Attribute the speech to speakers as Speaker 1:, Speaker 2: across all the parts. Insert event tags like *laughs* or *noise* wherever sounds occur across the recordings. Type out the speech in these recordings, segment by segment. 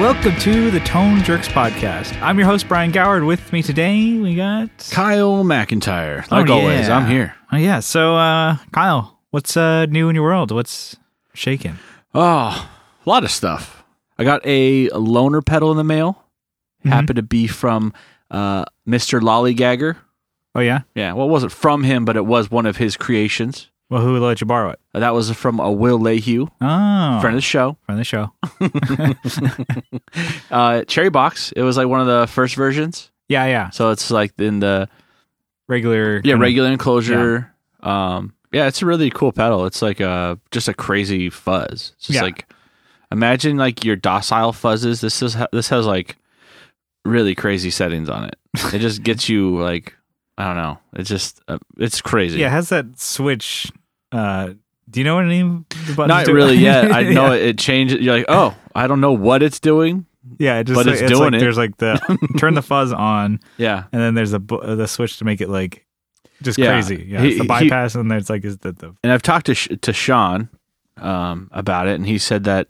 Speaker 1: Welcome to the Tone Jerks podcast. I'm your host Brian Goward. With me today, we got
Speaker 2: Kyle McIntyre. Like
Speaker 1: Oh,
Speaker 2: always,
Speaker 1: yeah.
Speaker 2: I'm here.
Speaker 1: Oh yeah. So, uh, Kyle, what's uh, new in your world? What's shaking?
Speaker 2: Oh, a lot of stuff. I got a loner pedal in the mail.
Speaker 1: Mm-hmm.
Speaker 2: Happened to be from uh, Mr. Lollygagger.
Speaker 1: Oh yeah.
Speaker 2: Yeah, well, it wasn't from him, but it was one of his creations.
Speaker 1: Well, who let you borrow it?
Speaker 2: Uh, That was from a Will Lehue,
Speaker 1: Oh,
Speaker 2: friend of the show.
Speaker 1: friend of the show.
Speaker 2: Uh, Cherry Box. It was like one of the first versions.
Speaker 1: Yeah, yeah.
Speaker 2: So it's like in the
Speaker 1: Regular.
Speaker 2: yeah regular enclosure. Um, yeah, it's a really cool pedal. It's like a just a crazy fuzz. It's just
Speaker 1: Yeah.
Speaker 2: like imagine like your docile fuzzes. This is this has like really crazy settings on it.
Speaker 1: *laughs*
Speaker 2: It just gets you like I don't know. It's just uh, it's crazy.
Speaker 1: Yeah. How's that switch? Uh, do you know what any of the buttons?
Speaker 2: Not
Speaker 1: do?
Speaker 2: really
Speaker 1: *laughs*
Speaker 2: yet. I know
Speaker 1: yeah.
Speaker 2: it, it changes. You're like, oh, I don't know what it's doing.
Speaker 1: Yeah, it just
Speaker 2: but
Speaker 1: like-
Speaker 2: it's doing
Speaker 1: like
Speaker 2: it.
Speaker 1: There's like the
Speaker 2: *laughs*
Speaker 1: turn the fuzz on,
Speaker 2: Yeah,
Speaker 1: and then there's a bu- uh, the switch to make it like just
Speaker 2: Yeah.
Speaker 1: crazy. Yeah, it's
Speaker 2: He-
Speaker 1: the
Speaker 2: he-
Speaker 1: bypass, and then it's like is the, the
Speaker 2: and I've talked to Sh- to Sean um, about it, and he said that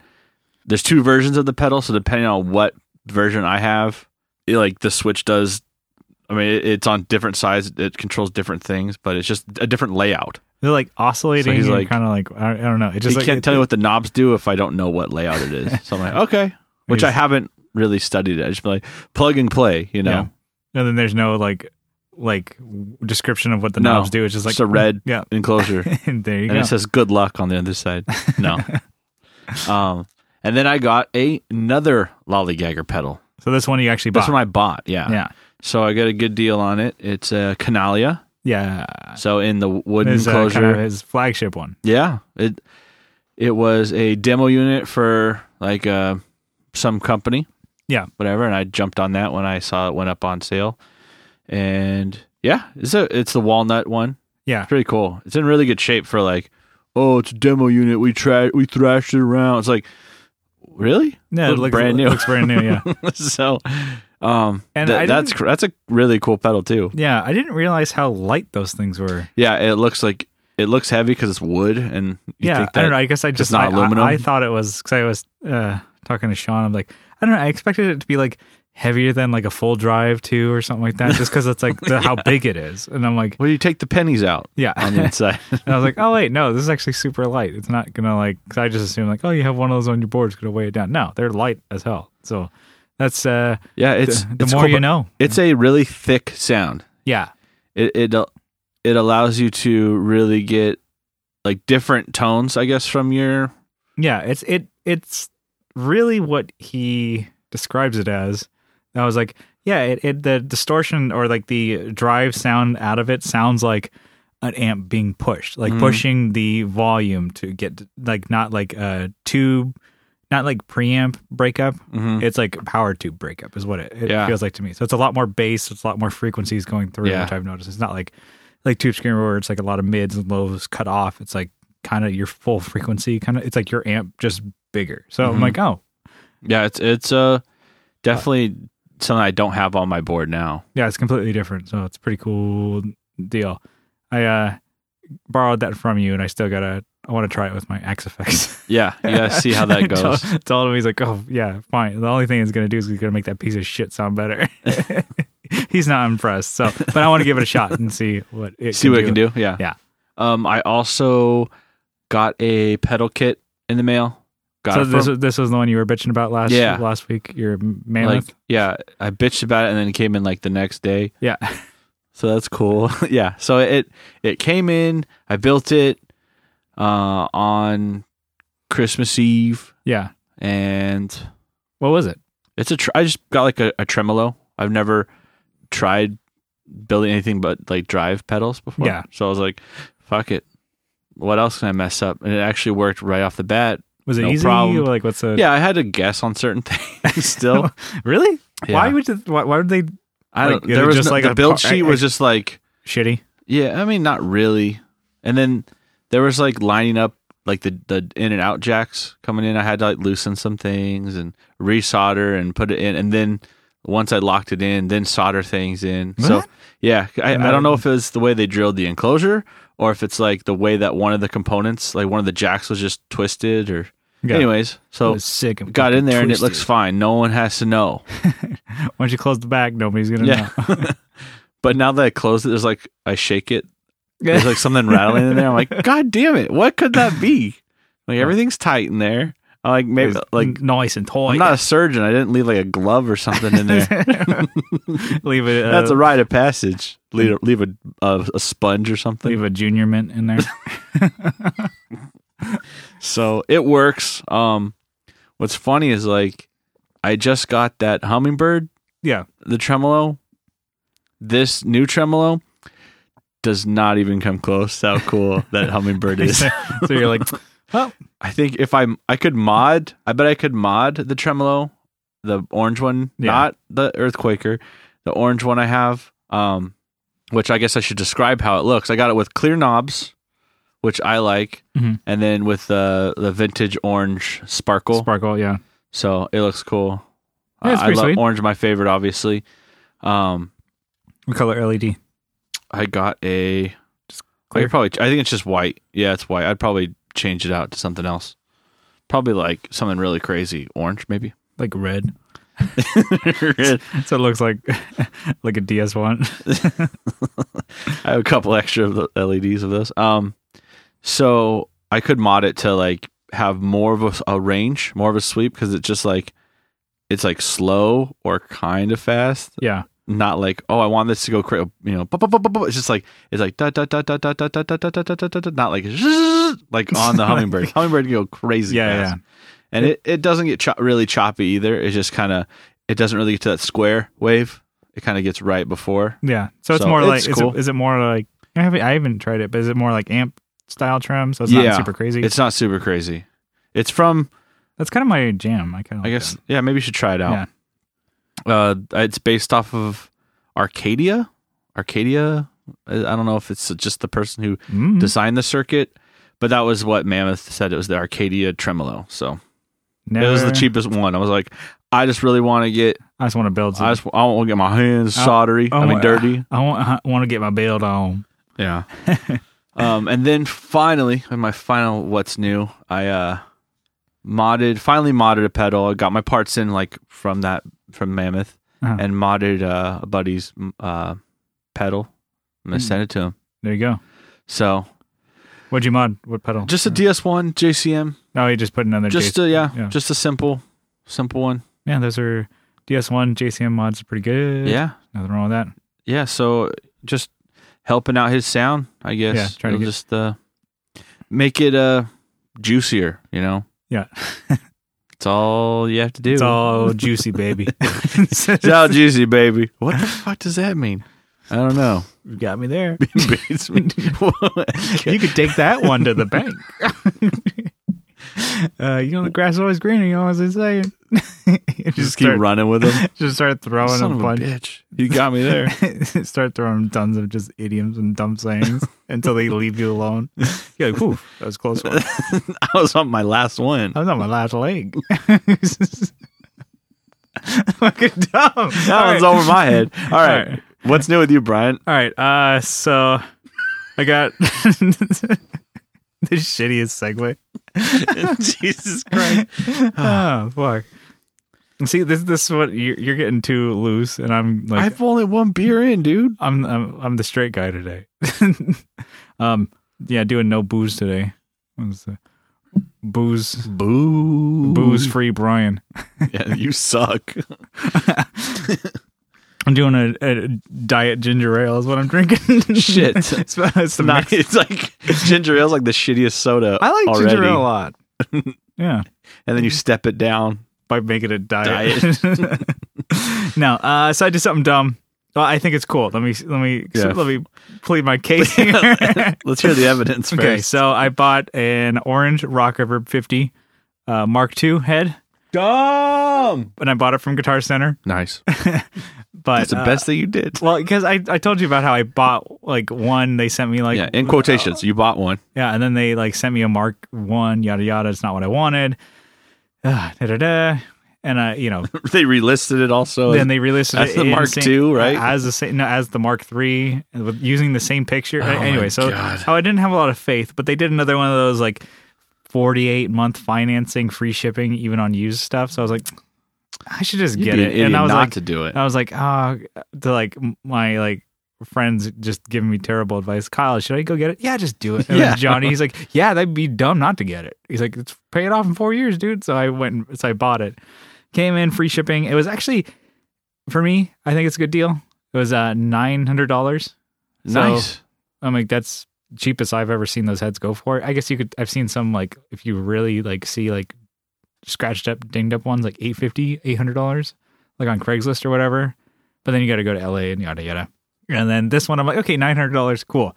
Speaker 2: there's two versions of the pedal. So depending on what version I have, it, like the switch does. I mean, it, it's on different sides. It controls different things, but it's just a different layout.
Speaker 1: they're like oscillating.
Speaker 2: So he's
Speaker 1: and
Speaker 2: like-
Speaker 1: kind of like I, I don't know. It just
Speaker 2: he
Speaker 1: like,
Speaker 2: can't
Speaker 1: it-
Speaker 2: tell you what the knobs do if I don't know what layout it is. So
Speaker 1: *laughs*
Speaker 2: I'm like, okay, which I
Speaker 1: He's-
Speaker 2: haven't really studied. it. I just been like plug and play, you know.
Speaker 1: Yeah. And then there's no like like description of what the
Speaker 2: No.
Speaker 1: knobs do. It's just like
Speaker 2: It's a red-
Speaker 1: *laughs* Yeah,
Speaker 2: Enclosure.
Speaker 1: and there you
Speaker 2: and
Speaker 1: go.
Speaker 2: it says good luck on the other side.
Speaker 1: *laughs*
Speaker 2: No. um, and then I got a, another lollygagger pedal.
Speaker 1: so this one you actually bought.
Speaker 2: That's what I bought. Yeah.
Speaker 1: yeah,
Speaker 2: So I got a good deal on it. It's a Canalia.
Speaker 1: yeah.
Speaker 2: So in the wooden
Speaker 1: His, uh,
Speaker 2: enclosure.
Speaker 1: kind of his flagship one.
Speaker 2: yeah. It it was a demo unit for like uh, some company.
Speaker 1: Yeah.
Speaker 2: Whatever. And I jumped on that when I saw it went up on sale. And yeah, it's a it's the walnut one.
Speaker 1: Yeah,
Speaker 2: It's pretty cool. It's in really good shape for like, oh, it's a demo unit. We tra- we thrashed it around. It's like, really? *laughs*
Speaker 1: yeah.
Speaker 2: Looks brand new.
Speaker 1: Looks brand new. Yeah,
Speaker 2: *laughs* so, um,
Speaker 1: And
Speaker 2: and
Speaker 1: I
Speaker 2: that's cr- that's a really cool pedal too.
Speaker 1: yeah. I didn't realize how light those things were.
Speaker 2: Yeah, it looks like it looks heavy because it's wood, and you
Speaker 1: yeah,
Speaker 2: think that
Speaker 1: I don't know. I guess I just
Speaker 2: not
Speaker 1: I- I-
Speaker 2: aluminum?
Speaker 1: I, thought it was because I was uh, talking to Sean. I'm like, I don't know. I expected it to be like heavier than like a full drive two or something like that, just because it's
Speaker 2: *laughs*
Speaker 1: like the, how big it is. And I'm like,
Speaker 2: well, you take the pennies out
Speaker 1: yeah. *laughs*
Speaker 2: on the inside. *laughs*
Speaker 1: And I was like, oh wait, no, this is actually super light. It's not gonna like. Cause I just assumed like, oh, you have one of those on your board, it's gonna weigh it down. No, they're light as hell. So that's uh,
Speaker 2: yeah,
Speaker 1: the,
Speaker 2: it's
Speaker 1: the
Speaker 2: it's
Speaker 1: more
Speaker 2: cool,
Speaker 1: you
Speaker 2: but
Speaker 1: know.
Speaker 2: It's a really thick sound.
Speaker 1: Yeah,
Speaker 2: It it al- it allows you to really get like different tones, I guess, from your
Speaker 1: yeah. It's it it's really what he describes it as. I was like, yeah, it, it the distortion or like the drive sound out of it sounds like an amp being pushed, like
Speaker 2: Mhm.
Speaker 1: pushing the volume to get like not like a tube, not like preamp breakup,
Speaker 2: mhm.
Speaker 1: it's like a power tube breakup is what it, it
Speaker 2: Yeah.
Speaker 1: feels like to me. So it's a lot more bass, it's a lot more frequencies going through,
Speaker 2: Yeah.
Speaker 1: which I've noticed. It's not like like tube screamer where it's like a lot of mids and lows cut off. It's like kind of your full frequency, kind of it's like your amp just bigger. So I'm
Speaker 2: Mhm.
Speaker 1: like, oh
Speaker 2: Yeah, it's it's uh definitely something I don't have on my board now.
Speaker 1: yeah, it's completely different. So it's a pretty cool deal. I uh borrowed that from you, and I still gotta I want to try it with my Axe Effects. *laughs*
Speaker 2: Yeah, you gotta see how that
Speaker 1: I
Speaker 2: goes.
Speaker 1: told, told him he's like, oh yeah, fine. The only thing it's gonna do is he's gonna make that piece of shit sound
Speaker 2: *laughs*
Speaker 1: better. *laughs* he's not impressed, so but I want to give it a shot and see what it
Speaker 2: see what it can do. Yeah,
Speaker 1: Yeah.
Speaker 2: Um, I also got a pedal kit in the mail. Got
Speaker 1: So
Speaker 2: it
Speaker 1: this
Speaker 2: from-
Speaker 1: was, this was the one you were bitching about last
Speaker 2: Yeah.
Speaker 1: last week. Your mammoth,
Speaker 2: like yeah, I bitched about it and then it came in like the next day.
Speaker 1: yeah, *laughs*
Speaker 2: So that's cool. *laughs* yeah, so it it came in. I built it uh on Christmas Eve
Speaker 1: yeah.
Speaker 2: and
Speaker 1: What was it?
Speaker 2: It's a. Tr- I just got like a, a tremolo. I've never tried building anything but like drive pedals before.
Speaker 1: Yeah.
Speaker 2: So I was like, fuck it. What else can I mess up? And it actually worked right off the bat.
Speaker 1: Was it
Speaker 2: No
Speaker 1: easy?
Speaker 2: problem.
Speaker 1: Like what's the
Speaker 2: Yeah, I had to guess on certain *laughs* things still.
Speaker 1: really? *laughs*
Speaker 2: Yeah.
Speaker 1: Why would you, why, why would they
Speaker 2: I
Speaker 1: like,
Speaker 2: don't.
Speaker 1: is
Speaker 2: there
Speaker 1: it
Speaker 2: was
Speaker 1: just
Speaker 2: no-
Speaker 1: like a
Speaker 2: the build
Speaker 1: par-
Speaker 2: sheet
Speaker 1: I-
Speaker 2: was just like
Speaker 1: shitty?
Speaker 2: yeah. I mean, not really. And then there was like lining up like the the in and out jacks coming in. I had to like loosen some things and resolder and put it in, and then. Once I locked it in, then solder things in. So
Speaker 1: What?
Speaker 2: Yeah, I,
Speaker 1: And
Speaker 2: I
Speaker 1: that-
Speaker 2: don't know if it's the way they drilled the enclosure or if it's like the way that one of the components, like one of the jacks, was just twisted or
Speaker 1: Yeah.
Speaker 2: Anyways, so
Speaker 1: It's sick. and
Speaker 2: got in
Speaker 1: fucking
Speaker 2: there and it
Speaker 1: twisted.
Speaker 2: looks fine. No one has to know.
Speaker 1: Once you close the back, nobody's gonna
Speaker 2: Yeah. but now that I closed it, there's like I shake it.
Speaker 1: know.
Speaker 2: There's like
Speaker 1: *laughs*
Speaker 2: something rattling in there. I'm like, God damn it! What could that be? Like everything's tight in there. I
Speaker 1: *laughs*
Speaker 2: like maybe
Speaker 1: There's oh,
Speaker 2: like
Speaker 1: noise and toy. *laughs*
Speaker 2: I'm not a surgeon. I didn't leave like a glove or something in there.
Speaker 1: leave
Speaker 2: *laughs*
Speaker 1: it. *laughs* Uh,
Speaker 2: That's a rite of passage. Leave, leave a, a a sponge or something.
Speaker 1: leave a junior mint in
Speaker 2: *laughs*
Speaker 1: there.
Speaker 2: So it works. Um, what's funny is like I just got that hummingbird,
Speaker 1: yeah,
Speaker 2: the tremolo. This new tremolo does not even come close to how cool
Speaker 1: *laughs*
Speaker 2: that hummingbird is.
Speaker 1: so you're
Speaker 2: *laughs*
Speaker 1: like, well,
Speaker 2: I think if I I could mod, I bet I could mod the tremolo, the orange one,
Speaker 1: Yeah.
Speaker 2: not the earthquaker, the orange one I have. Um, which I guess I should describe how it looks. I got it with clear knobs, which I like,
Speaker 1: Mhm.
Speaker 2: and then with the the vintage orange sparkle.
Speaker 1: sparkle. Yeah,
Speaker 2: so it looks cool.
Speaker 1: Yeah, it's
Speaker 2: I
Speaker 1: pretty
Speaker 2: love
Speaker 1: sweet.
Speaker 2: orange, my favorite, obviously. Um,
Speaker 1: what color E LED?
Speaker 2: I got a. I
Speaker 1: clear?
Speaker 2: could probably. I think it's just white. Yeah, it's white. I'd probably change it out to something else. Probably like something really crazy, orange maybe. *laughs*
Speaker 1: Like red.
Speaker 2: I
Speaker 1: So it looks like *laughs* like a DS one.
Speaker 2: have a couple extra of the LEDs of those. Um, so I could mod it to like have more of a, a range, more of a sweep because it's just like it's like slow or kind of fast.
Speaker 1: Yeah,
Speaker 2: Not like oh, I want this to go crazy. You know, bu- bu- bu- bu- bu- it's just like it's like da da da da da da da da da da da da da. Not like *laughs* zzzz, like
Speaker 1: *laughs*
Speaker 2: on the hummingbird. hummingbird can go crazy.
Speaker 1: yeah,
Speaker 2: fast.
Speaker 1: yeah.
Speaker 2: and it, it doesn't get cho- really choppy either. It just kind of it doesn't really get to that square wave. It kind of gets right before.
Speaker 1: Yeah. So it's
Speaker 2: So
Speaker 1: more
Speaker 2: it's
Speaker 1: like is,
Speaker 2: cool.
Speaker 1: it, is it more like I haven't I haven't tried it, but is it more like amp style trim? So it's
Speaker 2: Yeah.
Speaker 1: not super crazy.
Speaker 2: It's not super crazy. It's from
Speaker 1: That's kind of my jam. I kind of
Speaker 2: I guess yeah maybe you should try it out. Uh, it's based off of Arcadia. Arcadia. I I don't know if it's just the person who
Speaker 1: Mm-hmm. Mm,
Speaker 2: designed the circuit, but that was what Mammoth said. It was the Arcadia tremolo. So
Speaker 1: never,
Speaker 2: it was the cheapest one. I was like, I just really want to get.
Speaker 1: I just want to build. Some,
Speaker 2: I just I want to get my hands soldery.
Speaker 1: oh
Speaker 2: I mean
Speaker 1: my-
Speaker 2: dirty.
Speaker 1: I want I want to get my build on.
Speaker 2: Yeah.
Speaker 1: *laughs*
Speaker 2: um, and then finally, in my final what's new, I uh modded finally modded a pedal. I got my parts in like from that from Mammoth
Speaker 1: Uh-huh.
Speaker 2: and modded uh, a buddy's m- uh pedal. I'm
Speaker 1: Hmm.
Speaker 2: gonna send it to him.
Speaker 1: There you go.
Speaker 2: So
Speaker 1: What'd you mod? What pedal?
Speaker 2: just a DS1 JCM,
Speaker 1: no, you just put another.
Speaker 2: just
Speaker 1: JC
Speaker 2: a, yeah,
Speaker 1: yeah.
Speaker 2: just a simple, simple one.
Speaker 1: man, those are DS1 JCM mods are pretty good.
Speaker 2: Yeah,
Speaker 1: nothing wrong with that.
Speaker 2: yeah. So just helping out his sound, I guess.
Speaker 1: Yeah, try to
Speaker 2: It'll
Speaker 1: get-
Speaker 2: just uh, make it uh juicier. You know,
Speaker 1: Yeah,
Speaker 2: *laughs* it's all you have to do.
Speaker 1: it's all juicy,
Speaker 2: *laughs*
Speaker 1: baby. *laughs*
Speaker 2: It's all juicy, baby. What the fuck does that mean? I don't
Speaker 1: *laughs*
Speaker 2: know.
Speaker 1: You got me
Speaker 2: *laughs*
Speaker 1: there.
Speaker 2: Basement.
Speaker 1: You could take that one to the
Speaker 2: *laughs*
Speaker 1: bank. uh, you know, the grass is always greener. You know what I'm *laughs* saying? just,
Speaker 2: just keep
Speaker 1: start, *laughs*
Speaker 2: running with him.
Speaker 1: just start throwing
Speaker 2: Son
Speaker 1: a
Speaker 2: of a
Speaker 1: bunch.
Speaker 2: bitch. You got me *laughs* there.
Speaker 1: *laughs* start throwing tons of just idioms and dumb
Speaker 2: *laughs*
Speaker 1: sayings until they leave you alone. You're like, whew, that was a close
Speaker 2: *laughs*
Speaker 1: one.
Speaker 2: I was on my last one.
Speaker 1: *laughs* That was on my last leg. *laughs* Fucking dumb.
Speaker 2: That
Speaker 1: All
Speaker 2: one's
Speaker 1: right.
Speaker 2: over my head.
Speaker 1: *laughs*
Speaker 2: All right.
Speaker 1: right.
Speaker 2: What's new with you, Brian?
Speaker 1: *laughs* All right. Uh, so I got *laughs* the shittiest segue.
Speaker 2: *laughs* Jesus
Speaker 1: *laughs*
Speaker 2: Christ.
Speaker 1: oh fuck. See, this this is what you're, you're getting too loose, and I'm like,
Speaker 2: I've only one beer in, dude.
Speaker 1: I'm I'm I'm the straight guy today. *laughs* um, yeah, doing no booze today. What was the- booze,
Speaker 2: Boo.
Speaker 1: booze free Brian.
Speaker 2: *laughs* Yeah, you
Speaker 1: *laughs*
Speaker 2: suck. *laughs*
Speaker 1: I'm doing a, a diet ginger ale is what I'm drinking.
Speaker 2: Shit.
Speaker 1: *laughs* it's, it's the
Speaker 2: Not,
Speaker 1: mix.
Speaker 2: it's like ginger ale's like the shittiest soda.
Speaker 1: I like
Speaker 2: already.
Speaker 1: ginger ale a lot. *laughs* yeah,
Speaker 2: And then you step it down.
Speaker 1: by making a diet. *laughs* no, uh, so I did something dumb. Well, I think it's cool. Let me let me
Speaker 2: Yeah.
Speaker 1: *laughs* let me plead my
Speaker 2: *laughs*
Speaker 1: case. here.
Speaker 2: Let's hear
Speaker 1: *laughs*
Speaker 2: the evidence first.
Speaker 1: Okay, so I bought an orange Rock River 50 uh, Mark II head,
Speaker 2: Dumb.
Speaker 1: and I bought it from Guitar Center. *laughs*
Speaker 2: Nice.
Speaker 1: But
Speaker 2: That's the
Speaker 1: uh,
Speaker 2: best thing you did.
Speaker 1: well, because I, I told you about how I bought like one, they sent me like uh,
Speaker 2: yeah, in quotations, you bought one. *laughs*
Speaker 1: yeah, and then they like sent me a Mark One, yada yada. It's not what I wanted. *sighs* Ah, da da da. And I, you know,
Speaker 2: They relisted it also.
Speaker 1: then they relisted
Speaker 2: as
Speaker 1: it
Speaker 2: the
Speaker 1: in
Speaker 2: Mark
Speaker 1: same-
Speaker 2: II, right?
Speaker 1: As the same, no, as the Mark Three, with using the same picture.
Speaker 2: my
Speaker 1: anyway, so
Speaker 2: God.
Speaker 1: oh, I didn't have a lot of faith, but they did another one of those like 48 month financing, free shipping, even on used stuff. So I was like, I should just
Speaker 2: You'd
Speaker 1: get
Speaker 2: be an
Speaker 1: it.
Speaker 2: idiot
Speaker 1: And I was
Speaker 2: not
Speaker 1: like,
Speaker 2: to do it.
Speaker 1: I was like, ah, to like my like friends just giving me terrible advice. Kyle, should I go get it? Yeah, just do it. And then
Speaker 2: Yeah.
Speaker 1: Johnny, he's
Speaker 2: *laughs*
Speaker 1: like, yeah, that'd be dumb not to get it. He's like, it's pay it off in four years, dude. So I went, and, so I bought it. Came in free shipping. It was actually for me. I think it's a good deal. It was uh nine hundred dollars. So-
Speaker 2: nice.
Speaker 1: I'm like, that's cheapest I've ever seen those heads go for. I guess you could. I've seen some like if you really like see like scratched up, dinged up ones like 850 800 dollars, like on Craigslist or whatever. But then you got to go to LA and yada yada. And then this one, I'm like, okay, nine hundred dollars, cool.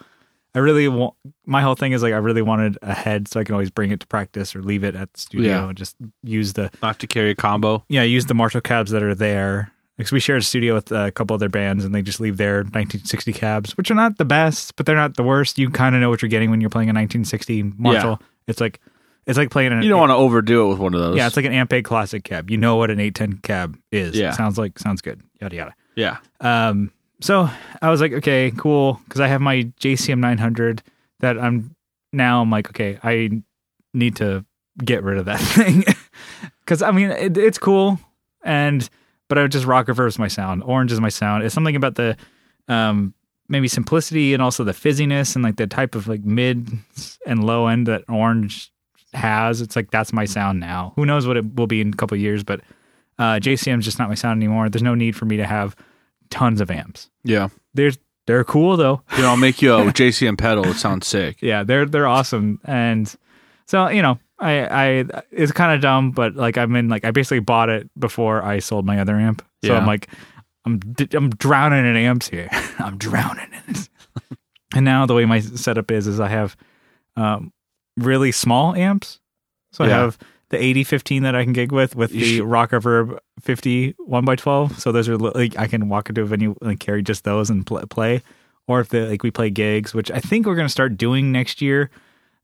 Speaker 1: I really want. My whole thing is like, I really wanted a head so I can always bring it to practice or leave it at the studio
Speaker 2: Yeah.
Speaker 1: and just use the
Speaker 2: I have to carry a combo.
Speaker 1: yeah, use the Marshall cabs that are there. Because we share a studio with uh, a couple other bands, and they just leave their 1960 cabs, which are not the best, but they're not the worst. You kind of know what you're getting when you're playing a 1960 Marshall. It's like it's like playing an
Speaker 2: You don't want to overdo it with one of those.
Speaker 1: yeah, it's like an Ampeg Classic cab. You know what an 810 cab is.
Speaker 2: Yeah.
Speaker 1: sounds like sounds good. Yada yada.
Speaker 2: yeah.
Speaker 1: Um, so I was like, okay, cool, because I have my JCM 900 that I'm now. I'm like, okay, I need to get rid of that *laughs* thing because I mean it, it's cool, and but I would just rock reverse my sound. Orange is my sound. It's something about the um maybe simplicity and also the fizziness and like the type of like mid and low end that orange has. It's like that's my sound now. Who knows what it will be in a couple of years, but uh, JCM is just not my sound anymore. There's no need for me to have tons of amps.
Speaker 2: Yeah.
Speaker 1: There's they're cool though.
Speaker 2: You know, I'll make you a *laughs* JCM pedal. It sounds sick.
Speaker 1: Yeah, they're they're awesome. And so you know, I I it's kind of dumb, but like I'm in like I basically bought it before I sold my other amp. So
Speaker 2: Yeah.
Speaker 1: I'm like I'm d- I'm drowning in amps here. *laughs* I'm drowning in it. and now the way my setup is is I have um, really small amps. So I
Speaker 2: Yeah.
Speaker 1: have the 8015 that I can gig with with
Speaker 2: You
Speaker 1: the
Speaker 2: should-
Speaker 1: Rock Reverb 50 1 by 12 So those are li- like I can walk into a venue and carry just those and pl- play. Or if the like we play gigs, which I think we're going to start doing next year.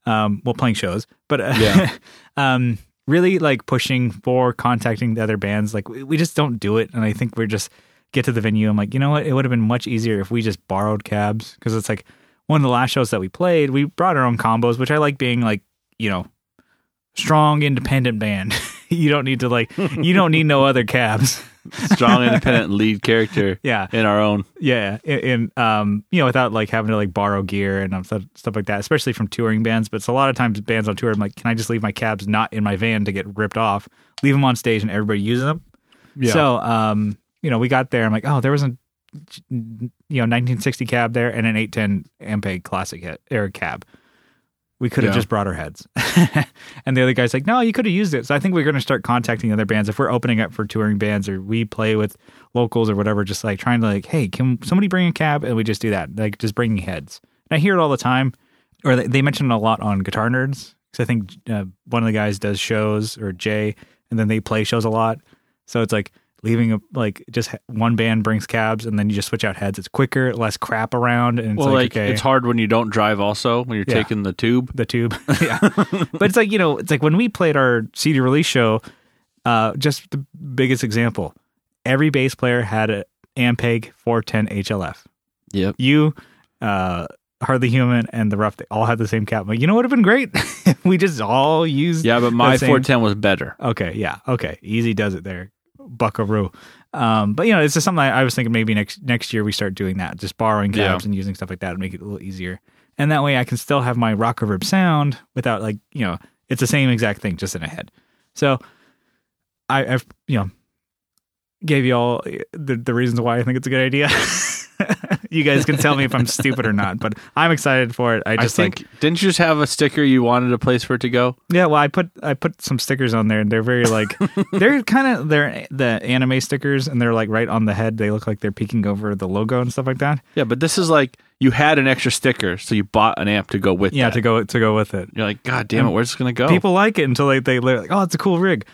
Speaker 1: Um, well, playing shows, but uh,
Speaker 2: Yeah.
Speaker 1: *laughs* um, really like pushing for contacting the other bands. Like we, we just don't do it, and I think we're just get to the venue. I'm like, you know what? It would have been much easier if we just borrowed cabs because it's like one of the last shows that we played, we brought our own combos, which I like being like, you know, strong independent band. *laughs* you don't need to like, you don't need no other cabs. *laughs*
Speaker 2: Strong, independent lead character
Speaker 1: Yeah,
Speaker 2: in our own.
Speaker 1: yeah, and um, you know, without like having to like borrow gear and um, stuff, stuff like that, especially from touring bands. But it's a lot of times bands on tour, I'm like, can I just leave my cabs not in my van to get ripped off? Leave them on stage and everybody uses them.
Speaker 2: Yeah.
Speaker 1: So, um, you know, we got there. I'm like, oh, there was a, you know, 1960 cab there and an 810 Ampeg Classic he- air cab. We could have
Speaker 2: Yeah.
Speaker 1: just brought our heads. *laughs* and the other guy's like, no, you could have used it. So I think we're going to start contacting other bands if we're opening up for touring bands or we play with locals or whatever. Just like trying to like, hey, can somebody bring a cab? And we just do that, like just bringing heads. And I hear it all the time, or they, they mention it a lot on Guitar Nerds because I think uh, one of the guys does shows or Jay, and then they play shows a lot. So it's like leaving a, like just h- one band brings cabs and then you just switch out heads. It's quicker, less crap around, and it's
Speaker 2: well,
Speaker 1: like,
Speaker 2: like,
Speaker 1: okay,
Speaker 2: it's hard when you don't drive. Also, when you're
Speaker 1: Yeah.
Speaker 2: taking the tube.
Speaker 1: the tube. yeah. *laughs* But it's like, you know, it's like when we played our CD release show, uh, just the biggest example, every bass player had a Ampeg 410 HLF.
Speaker 2: Yep.
Speaker 1: You, uh, Hardly Human, and The Rough, they all had the same cap. I'm Like, you know what would have been great? *laughs* we just all used.
Speaker 2: Yeah, *laughs* but my
Speaker 1: the same-
Speaker 2: 410 was better.
Speaker 1: Okay, yeah, okay, easy does it there, Buckaroo. Um, but you know, it's just something I, I was thinking maybe next next year we start doing that, just borrowing
Speaker 2: Yeah.
Speaker 1: cabs and using stuff like that to make it a little easier, and that way I can still have my rock reverb sound without like you know it's the same exact thing just in a head. So I, I've you know gave you all eh, the the reasons why I think it's a good idea. *laughs* you guys can tell me if I'm stupid or not, but I'm excited for it. I
Speaker 2: I
Speaker 1: just like
Speaker 2: think. didn't you just have a sticker you wanted a place for it to go?
Speaker 1: yeah, well, I put I put some stickers on there, and they're very like they're kind of they're the anime stickers, and they're like right on the head. They look like they're peeking over the logo and stuff like that.
Speaker 2: Yeah, but this is like you had an extra sticker, so you bought an amp to go with.
Speaker 1: Yeah,
Speaker 2: that.
Speaker 1: to go to go with it.
Speaker 2: You're like, God damn it, where's this gonna go?
Speaker 1: People like it until they they they're like, oh, it's a cool rig.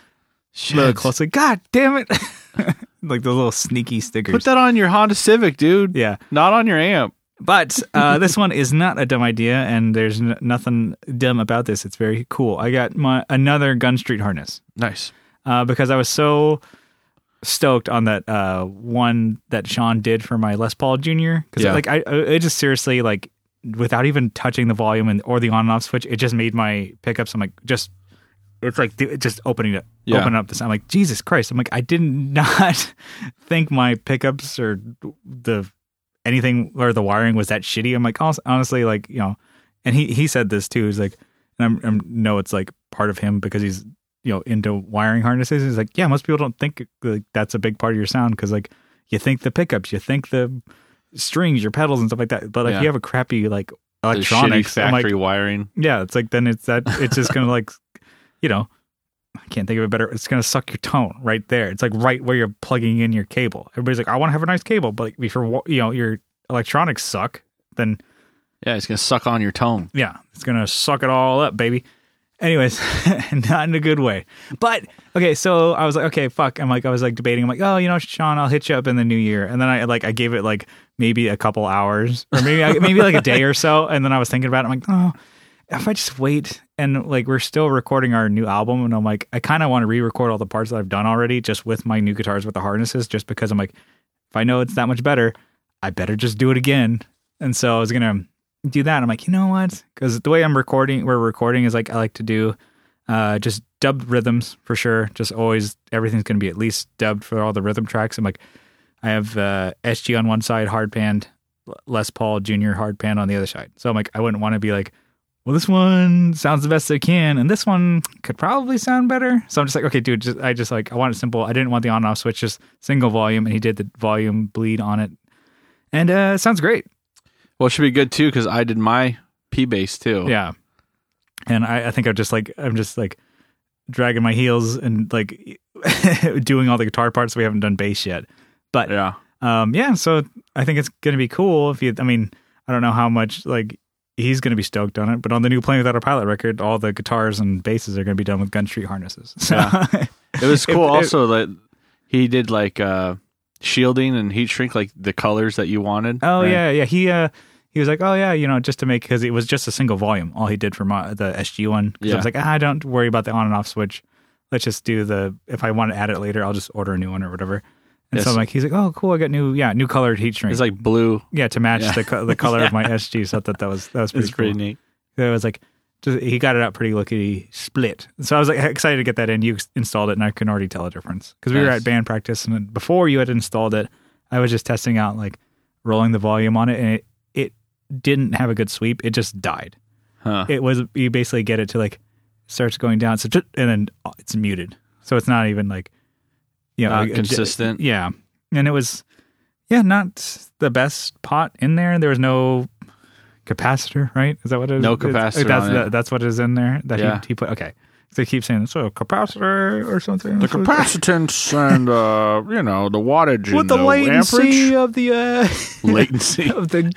Speaker 2: Shit.
Speaker 1: Look closely, God damn it! *laughs* like those little sneaky stickers.
Speaker 2: Put that on your Honda Civic, dude.
Speaker 1: yeah,
Speaker 2: Not on your amp.
Speaker 1: But uh, this one is not a dumb idea, and there's n- nothing dumb about this. It's very cool. I got my another Gun Street harness
Speaker 2: Nice.
Speaker 1: uh, because I was so stoked on that uh, one that Sean did for my Les Paul Junior. Because
Speaker 2: Yeah.
Speaker 1: like I, I it just seriously like without even touching the volume and or the on and off switch, it just made my pickups. I'm like, just it's like dude, just opening it,
Speaker 2: Yeah.
Speaker 1: opening up the sound. I'm like, Jesus Christ! I'm like, I did not *laughs* think my pickups or the anything or the wiring was that shitty. I'm like, hon- honestly, like you know, and he he said this too. He's like, and I'm, I'm no, it's like part of him because he's you know into wiring harnesses. He's like, yeah, most people don't think like that's a big part of your sound because like you think the pickups, you think the strings, your pedals and stuff like that. But like
Speaker 2: Yeah.
Speaker 1: you have a crappy like
Speaker 2: The shitty
Speaker 1: electronics. I'm like,
Speaker 2: factory wiring.
Speaker 1: yeah, it's like then it's that it's just gonna like, you know, I can't think of it better. It's gonna suck your tone right there. It's like right where you're plugging in your cable. Everybody's like, I want to have a nice cable, but like, if your wa- you know your electronics suck, then
Speaker 2: Yeah, it's gonna suck on your tone.
Speaker 1: yeah, it's gonna suck it all up, baby. Anyways, *laughs* not in a good way. But okay, so I was like, okay, fuck. I'm like, I was like debating. I'm like, oh, you know, Sean, I'll hit you up in the new year. And then I like, I gave it like maybe a couple hours, or maybe I, maybe like a day or so. And then I was thinking about it. I'm like, oh, if I just wait and like we're still recording our new album, and I'm like, I kind of want to re-record all the parts that I've done already, just with my new guitars with the harnesses, just because I'm like, if I know it's that much better, I better just do it again. And so I was gonna do that. I'm like, you know what? Because the way I'm recording, we're recording is like I like to do uh, just dubbed rhythms for sure. Just always everything's going to be at least dubbed for all the rhythm tracks. I'm like, I have uh, SG on one side, hard panned, Les Paul Junior hard pan on the other side. So I'm like, I wouldn't want to be like, well, this one sounds the best it can, and this one could probably sound better. So I'm just like, okay, dude, just, I just like I want it simple. I didn't want the on and off switch, just single volume, and he did the volume bleed on it, and uh, it sounds great.
Speaker 2: Well, it should be good too because I did my P bass too.
Speaker 1: Yeah. And I, I think I'm just like I'm just like dragging my heels and like *laughs* doing all the guitar parts. We haven't done bass yet, but
Speaker 2: yeah.
Speaker 1: um, yeah. So I think it's gonna be cool. If you, I mean, I don't know how much like he's gonna be stoked on it, but on the new Playing Without a Pilot record, all the guitars and basses are gonna be done with Gun Street harnesses. So *laughs*
Speaker 2: It was cool.
Speaker 1: If- if-
Speaker 2: also, that he did like uh, shielding and heat shrink, like the colors that you wanted.
Speaker 1: Oh
Speaker 2: right?
Speaker 1: yeah, yeah. He uh he was like, oh yeah, you know, just to make because it was just a single volume. All he did for my the SG one. 'Cause I
Speaker 2: Yeah.
Speaker 1: was like, ah, I don't worry about the on and off switch. Let's just do the if I want to add it later, I'll just order a new one or whatever. And so
Speaker 2: Yes.
Speaker 1: I'm like, he's like, oh cool, I got new yeah new colored heat shrink.
Speaker 2: It's like blue.
Speaker 1: yeah, to match
Speaker 2: *laughs* Yeah.
Speaker 1: the co- the color of my SG. So I thought that was that was pretty
Speaker 2: It's
Speaker 1: cool.
Speaker 2: pretty neat.
Speaker 1: It was like just, he got it out pretty lickety split. So I was like excited to get that in. You ex- installed it, and I can already tell a difference because we were
Speaker 2: Nice.
Speaker 1: at band practice, and then before you had installed it, I was just testing out like rolling the volume on it, and it it didn't have a good sweep. It just died.
Speaker 2: Huh.
Speaker 1: It was you basically get it to like starts going down, so tut- and then uh, it's muted. So it's not even like you know
Speaker 2: Not
Speaker 1: like, a-
Speaker 2: consistent.
Speaker 1: yeah, and it was yeah not the best pot in there. There was no capacitor, right? Is that what it is?
Speaker 2: No
Speaker 1: It's-
Speaker 2: capacitor
Speaker 1: That's
Speaker 2: on it.
Speaker 1: that- that's what is in there. That
Speaker 2: Yeah.
Speaker 1: he, he put okay. So he keeps saying so capacitor or something.
Speaker 3: the capacitance and uh, you know the wattage
Speaker 1: With
Speaker 3: and
Speaker 1: the latency
Speaker 3: amperage.
Speaker 1: *laughs* of the uh,
Speaker 2: Latency.
Speaker 1: of
Speaker 2: *laughs*
Speaker 1: the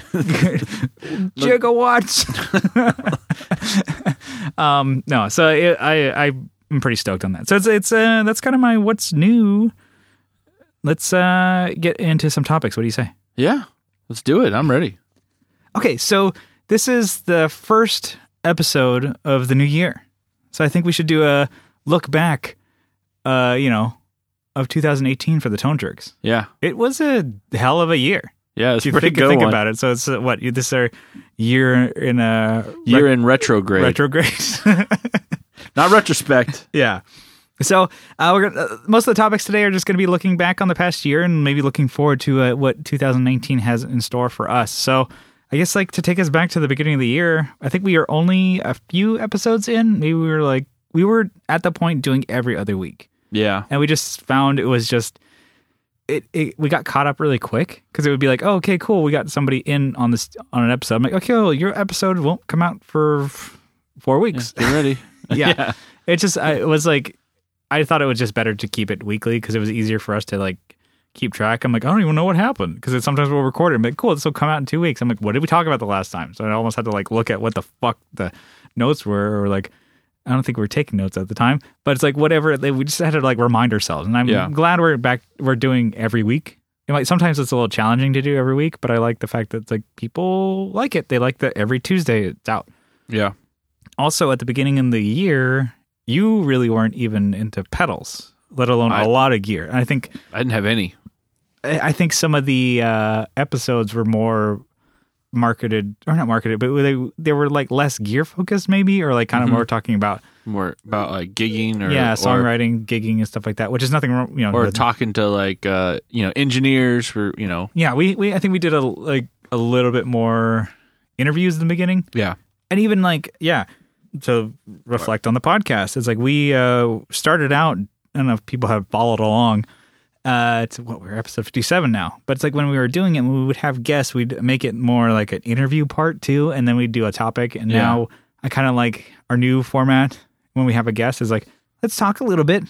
Speaker 1: gigawatts. um, no, so it, I I am pretty stoked on that. So it's it's uh, that's kind of my what's new. Let's uh, get into some topics. What do you say?
Speaker 2: yeah. Let's do it. I'm ready.
Speaker 1: Okay, so this is the first episode of the new year. So I think we should do a look back, uh, you know, of 2018 for the Tone Jerks.
Speaker 2: Yeah.
Speaker 1: It was a hell of a year.
Speaker 2: Yeah. It's
Speaker 1: If you
Speaker 2: pretty
Speaker 1: think,
Speaker 2: good.
Speaker 1: think
Speaker 2: one.
Speaker 1: about it. So it's uh, what you- this is our year in a
Speaker 2: Year in retrograde,
Speaker 1: retrograde. *laughs*
Speaker 2: not retrospect.
Speaker 1: yeah. So uh, we're gonna, uh, most of the topics today are just going to be looking back on the past year and maybe looking forward to uh, what 2019 has in store for us. So I guess like to take us back to the beginning of the year, I think we are only a few episodes in. Maybe we were like we were at the point doing every other week
Speaker 2: Yeah.
Speaker 1: and we just found it was just it, it we got caught up really quick because it would be like oh, okay cool we got somebody in on this on an episode i'm like okay well, your episode won't come out for f- four weeks
Speaker 2: Get ready.
Speaker 1: yeah, it just I, it was like i thought it was just better to keep it weekly because it was easier for us to like keep track i'm like i don't even know what happened because sometimes we'll record it and be like cool this will come out in two weeks i'm like what did we talk about the last time so i almost had to like look at what the fuck the notes were or like I don't think we were taking notes at the time, but it's like whatever. like, We just had to like remind ourselves, and I'm
Speaker 2: Yeah.
Speaker 1: glad we're back. We're doing every week. It might, sometimes it's a little challenging to do every week, but I like the fact that like people like it. They like that every Tuesday it's out.
Speaker 2: Yeah.
Speaker 1: Also, at the beginning of the year, you really weren't even into pedals, let alone a
Speaker 2: I-
Speaker 1: lot of gear. And I think
Speaker 2: I didn't have any.
Speaker 1: I I think some of the uh, episodes were more marketed or not marketed, but they they were like less gear focused maybe, or like kind of
Speaker 2: Mhm.
Speaker 1: more talking about
Speaker 2: more about like gigging or
Speaker 1: yeah
Speaker 2: or-
Speaker 1: songwriting, gigging, and stuff like that. Which is nothing wrong, you know.
Speaker 2: or
Speaker 1: the-
Speaker 2: talking to like uh you know engineers for you know
Speaker 1: yeah, we we I think we did a like a little bit more interviews in the beginning.
Speaker 2: yeah
Speaker 1: and even like yeah to reflect on the podcast it's like we uh started out i don't know if people have followed along uh to what we're episode 57 now but it's like when we were doing it we would have guests we'd make it more like an interview part too and then we'd do a topic and
Speaker 2: Yeah.
Speaker 1: now i kind of like our new format when we have a guest is like let's talk a little bit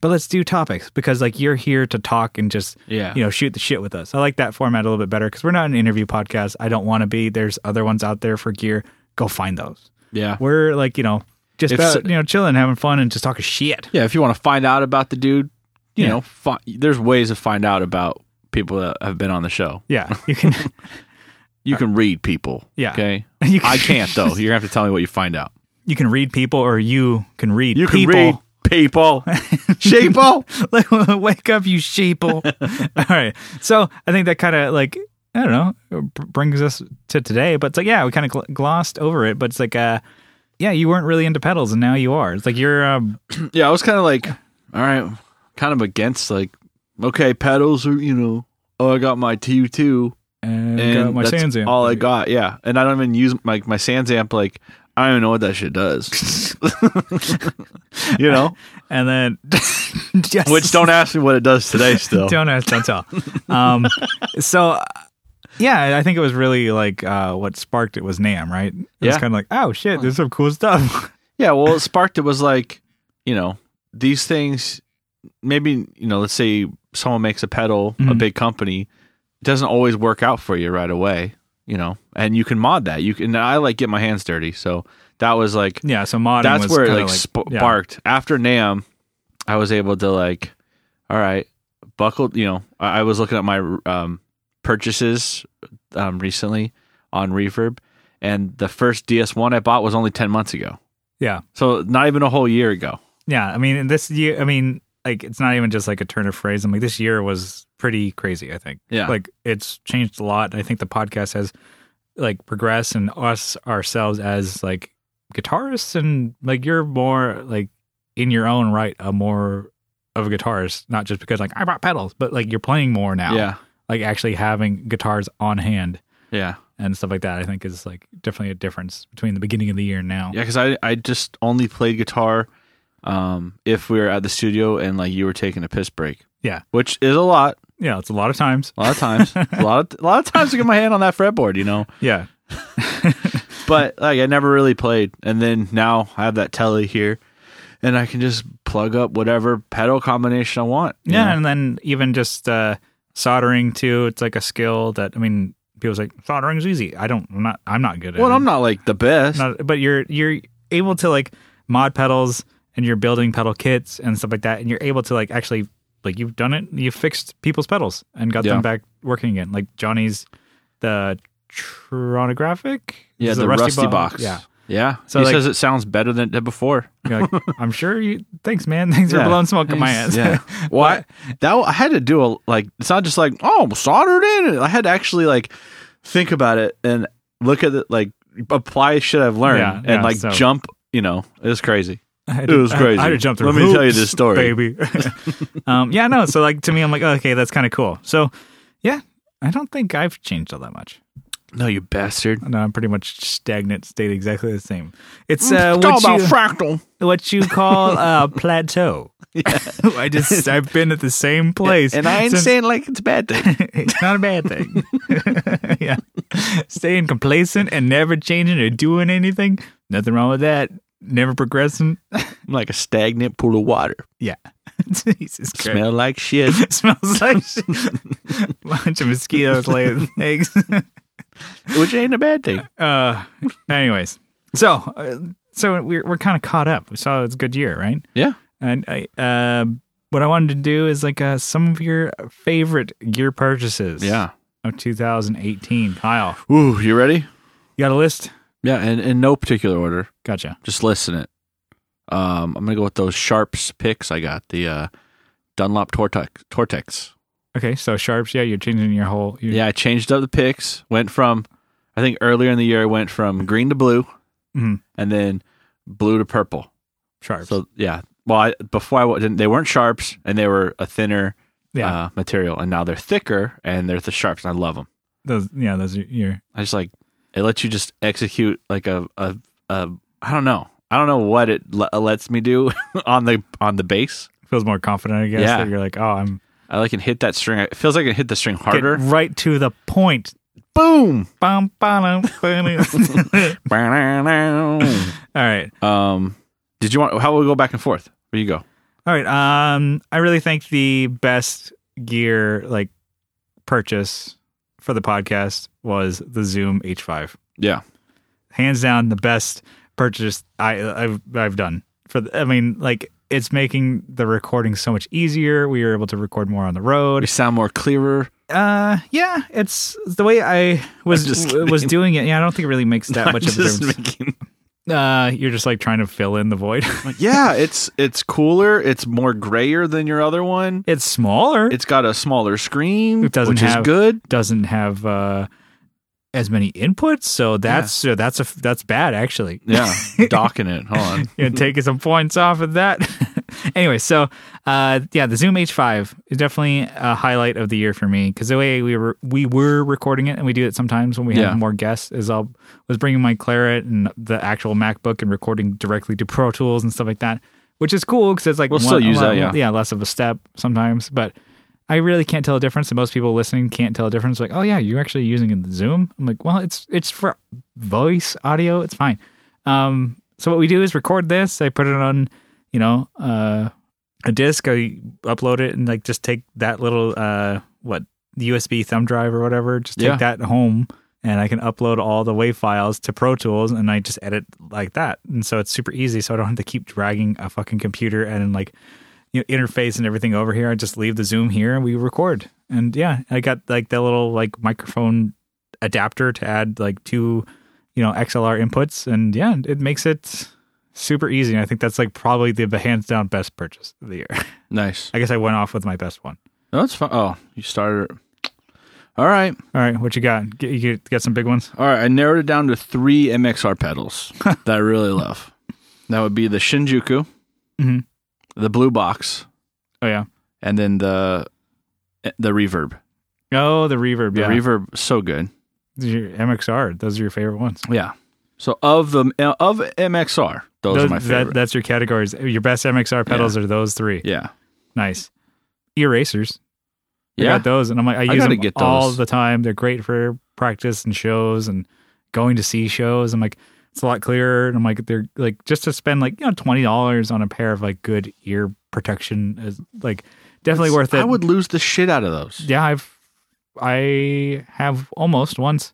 Speaker 1: but let's do topics because like you're here to talk and just
Speaker 2: yeah
Speaker 1: you know, shoot the shit with us. I like that format a little bit better because we're not an interview podcast. I don't want to be. There's other ones out there for gear. Go find those.
Speaker 2: yeah
Speaker 1: We're like, you know, just
Speaker 2: If
Speaker 1: about,
Speaker 2: so-
Speaker 1: you know, chilling, having fun, and just talking shit.
Speaker 2: yeah if you want to find out about the dude you
Speaker 1: Yeah.
Speaker 2: know fi- there's ways to find out about people that have been on the show
Speaker 1: Yeah, you can. *laughs*
Speaker 2: you can read people
Speaker 1: Yeah.
Speaker 2: okay
Speaker 1: *laughs* You can
Speaker 2: i can't though you're gonna have to tell me what you find out
Speaker 1: *laughs* you can read people, or you can read.
Speaker 2: you
Speaker 1: people.
Speaker 2: can read people *laughs* sheeple
Speaker 1: *laughs* Like, *laughs* Wake up, you sheeple.
Speaker 2: *laughs*
Speaker 1: All right. So I think that kind of like, I don't know, b- brings us to today. But it's like, yeah, we kind of gl- glossed over it. But it's like, uh, yeah, you weren't really into pedals and now you are. It's like you're, um,
Speaker 2: yeah i was kind of like all right kind of against like okay pedals are you know oh i got my tu2
Speaker 1: and,
Speaker 2: and
Speaker 1: got my
Speaker 2: that's
Speaker 1: sands in.
Speaker 2: all I got. Yeah, and I don't even use my my Sans amp. Like I don't even know what that shit
Speaker 1: *laughs*
Speaker 2: does. *laughs* you know,
Speaker 1: and
Speaker 2: *laughs*
Speaker 1: then just
Speaker 2: which don't ask me what it does today.
Speaker 1: *laughs*
Speaker 2: Still,
Speaker 1: don't ask, don't tell. Um, so uh, yeah, I think it was really like uh, what sparked it was Nam, right? It was
Speaker 2: Yeah.
Speaker 1: kind of like, oh shit, there's some cool stuff. *laughs*
Speaker 2: yeah. Well, it sparked. It was like you know these things. Maybe you know, let's say someone makes a pedal, a
Speaker 1: Mhm.
Speaker 2: big company. It doesn't always work out for you right away. You know, and you can mod that. You can. I like get my hands dirty, so that was like
Speaker 1: yeah, so modding.
Speaker 2: that's
Speaker 1: was
Speaker 2: where it
Speaker 1: kinda
Speaker 2: like,
Speaker 1: like yeah.
Speaker 2: sparked after nam i was able to like all right buckled you know i, I was looking at my um purchases um recently on reverb and the first ds1 i bought was only 10 months ago
Speaker 1: Yeah.
Speaker 2: so not even a whole year ago
Speaker 1: Yeah, I mean this year. I mean, like it's not even just like a turn of phrase. I'm like this year was pretty crazy. I think.
Speaker 2: Yeah.
Speaker 1: Like it's changed a lot. I think the podcast has like progressed, and us ourselves as like guitarists, and like you're more like in your own right a more of a guitarist, not just because like I brought pedals, but like you're playing more now.
Speaker 2: yeah
Speaker 1: Like actually having guitars on hand
Speaker 2: yeah
Speaker 1: and stuff like that, I think is like definitely a difference between the beginning of the year and now.
Speaker 2: yeah because i i just only played guitar um if we were at the studio and like you were taking a piss break
Speaker 1: Yeah.
Speaker 2: which is a lot
Speaker 1: Yeah, it's a lot of times.
Speaker 2: a lot of times
Speaker 1: *laughs*
Speaker 2: a lot of a lot of times to get my hand on that fretboard you know
Speaker 1: Yeah.
Speaker 2: but like I never really played, and then now I have that telly here, and I can just plug up whatever pedal combination I want. you
Speaker 1: Yeah,
Speaker 2: know?
Speaker 1: and then even just uh, soldering too. It's like a skill that I mean, people's like soldering's easy. I don't, I'm not, I'm not good at.
Speaker 2: Well,
Speaker 1: it.
Speaker 2: I'm not like the best.
Speaker 1: Not- but you're you're able to like mod pedals and you're building pedal kits and stuff like that, and you're able to like actually like you've done it. You fixed people's pedals and got
Speaker 2: Yeah.
Speaker 1: them back working again. Like Johnny's the Tronographic,
Speaker 2: yeah,
Speaker 1: Is it
Speaker 2: the rusty, box.
Speaker 1: Yeah,
Speaker 2: yeah.
Speaker 1: So,
Speaker 2: he
Speaker 1: like-
Speaker 2: says it sounds better than it did before.
Speaker 1: You're like, I'm sure you. Thanks, man. *laughs* Thanks
Speaker 2: Yeah.
Speaker 1: for blowing smoke in my ass. *laughs*
Speaker 2: Yeah. Well, I, that I had to do a like. It's not just like oh, soldered in. I had to actually like think about it and look at it, like apply shit I've learned
Speaker 1: Yeah,
Speaker 2: and
Speaker 1: yeah,
Speaker 2: like
Speaker 1: so-
Speaker 2: jump. You know, it was crazy.
Speaker 1: I had
Speaker 2: It was crazy.
Speaker 1: I, I had to jump through
Speaker 2: Let me tell you
Speaker 1: hoops,
Speaker 2: this story.
Speaker 1: baby. *laughs* um, yeah, no. So like to me, I'm like, "Oh, okay, that's kind of cool. So yeah, I don't think I've changed all that much.
Speaker 2: No, you bastard.
Speaker 1: No, I'm pretty much stagnant, stayed exactly the same. It's
Speaker 2: Mm,
Speaker 1: uh, what you
Speaker 2: *laughs* fractal.
Speaker 1: what you
Speaker 2: *laughs*
Speaker 1: call a plateau. I just I've been at the same place,
Speaker 2: And I ain't
Speaker 1: since-
Speaker 2: saying like it's a bad thing.
Speaker 1: *laughs* it's not a bad thing. *laughs* yeah, staying complacent and never changing or doing anything. Nothing wrong with that. Never progressing.
Speaker 2: I'm *laughs* like a stagnant pool of water.
Speaker 1: Yeah, *laughs* Jesus Christ.
Speaker 2: Smell like shit.
Speaker 1: smells *laughs* like shit. *laughs* bunch of mosquitoes laying *laughs* eggs.
Speaker 2: which ain't a bad thing.
Speaker 1: Uh, anyways, so uh, so we're we're kind of caught up. We saw it's a good year, right?
Speaker 2: *laughs* Yeah.
Speaker 1: And I, uh, what I wanted to do is like uh, some of your favorite gear purchases.
Speaker 2: Yeah.
Speaker 1: Of 2018, Kyle,
Speaker 2: Ooh, you ready?
Speaker 1: you got a list?
Speaker 2: Yeah, and in no particular order.
Speaker 1: Gotcha.
Speaker 2: Just listen it. Um, I'm gonna go with those Sharps picks I got. The uh, Dunlop Tortex. Tortex. Mm.
Speaker 1: Okay, so sharps. Yeah, you're changing your whole. you
Speaker 2: Yeah, I changed up the picks. Went from I think earlier in the year it went from green to blue,
Speaker 1: Mhm.
Speaker 2: and then blue to purple.
Speaker 1: Sharps.
Speaker 2: So yeah, well, I, before I wa- didn't, they weren't sharps, and they were a thinner
Speaker 1: yeah,
Speaker 2: uh, material, and now they're thicker and they're the sharps. And I love them.
Speaker 1: those yeah, those are your
Speaker 2: I just like it lets you just execute like a a, a I don't know. I don't know what it le- lets me do *laughs* on the on the bass.
Speaker 1: feels more confident, I guess.
Speaker 2: Yeah.
Speaker 1: That you're like, oh, I'm
Speaker 2: I like can hit that string. It feels like I can hit the string
Speaker 1: get
Speaker 2: harder.
Speaker 1: right to the point.
Speaker 2: Boom. *laughs*
Speaker 1: Bum, ba-dum, ba-dum.
Speaker 2: um,
Speaker 1: All right.
Speaker 2: did you want? How will we go back and forth? Where you go?
Speaker 1: All right. Um, I really think the best gear like purchase for the podcast was the Zoom H5.
Speaker 2: Yeah.
Speaker 1: Hands down, the best purchase I I've I've done for. The, I mean, like it's making the recording so much easier. We were able to record more on the
Speaker 2: We
Speaker 1: road.
Speaker 2: sound more clearer.
Speaker 1: Uh, yeah, it's the way I was
Speaker 2: I'm just
Speaker 1: w- was
Speaker 2: kidding.
Speaker 1: doing it. Yeah, I don't think it really makes that
Speaker 2: *laughs* *laughs* I'm
Speaker 1: much of a
Speaker 2: just
Speaker 1: difference.
Speaker 2: making-
Speaker 1: uh, you're just like trying to fill in the
Speaker 2: *laughs*
Speaker 1: void.
Speaker 2: yeah, it's it's cooler. It's more grayer than your other one.
Speaker 1: it's smaller.
Speaker 2: It's got a smaller screen,
Speaker 1: It doesn't
Speaker 2: which
Speaker 1: have-
Speaker 2: is good.
Speaker 1: doesn't have uh, as many inputs, so that's so that's a that's bad actually. *laughs*
Speaker 2: Yeah, docking it. Hold on.
Speaker 1: You're taking some points off of that. *laughs* anyway, so uh, yeah, the Zoom H5 is definitely a highlight of the year for me because the way we were we were recording it, and we do it sometimes when we
Speaker 2: Yeah.
Speaker 1: have more guests. Is I was bringing my claret and the actual MacBook and recording directly to Pro Tools and stuff like that, which is cool because it's like
Speaker 2: We'll still use that, yeah.
Speaker 1: less of a step sometimes, but. I really can't tell a difference, and most people listening can't tell a difference. Like, oh yeah, you're actually using it in Zoom. I'm like, well, it's it's for voice audio. It's fine. Um, so what we do is record this. I put it on, you know, uh, a disc. I upload it and like just take that little uh, what USB thumb drive or whatever. Just take
Speaker 2: Yeah.
Speaker 1: that home, and I can upload all the WAV files to Pro Tools, and I just edit like that. And so it's super easy. So I don't have to keep dragging a fucking computer and like you know, interface and everything over here. I just leave the Zoom here and we record. And yeah, I got like the little like microphone adapter to add like two, you know, XLR inputs. And yeah, it makes it super easy. And I think that's like probably the hands down best purchase of the year. *laughs*
Speaker 2: Nice.
Speaker 1: I guess I went off with my best one.
Speaker 2: No, it's fine. Oh, you started. it. All right,
Speaker 1: All right, what you got? Get, you got some big ones?
Speaker 2: all right. I narrowed it down to three MXR
Speaker 1: *laughs*
Speaker 2: pedals that I really love. That would be the Shinjuku,
Speaker 1: Mhm.
Speaker 2: the Blue Box,
Speaker 1: Oh, yeah.
Speaker 2: and then the eh, the Reverb.
Speaker 1: Oh, the reverb.
Speaker 2: The
Speaker 1: Yeah.
Speaker 2: Reverb, so good.
Speaker 1: These are your MXR. Those are your favorite ones.
Speaker 2: Yeah. So of the eh, of MXR, those, are my
Speaker 1: that-
Speaker 2: favorite.
Speaker 1: that's your categories. Your best MXR pedals are those three.
Speaker 2: yeah.
Speaker 1: Nice. Erasers. I
Speaker 2: Yeah.
Speaker 1: got those, and I'm like, I use
Speaker 2: gotta
Speaker 1: them
Speaker 2: get
Speaker 1: all
Speaker 2: those.
Speaker 1: the time. They're great for practice and shows and going to see shows. I'm like, it's a lot clearer, and I'm like, they're like just to spend like you know twenty dollars on a pair of like good ear protection is like definitely worth it.
Speaker 2: I would lose the shit out of those.
Speaker 1: yeah, I've I have almost once,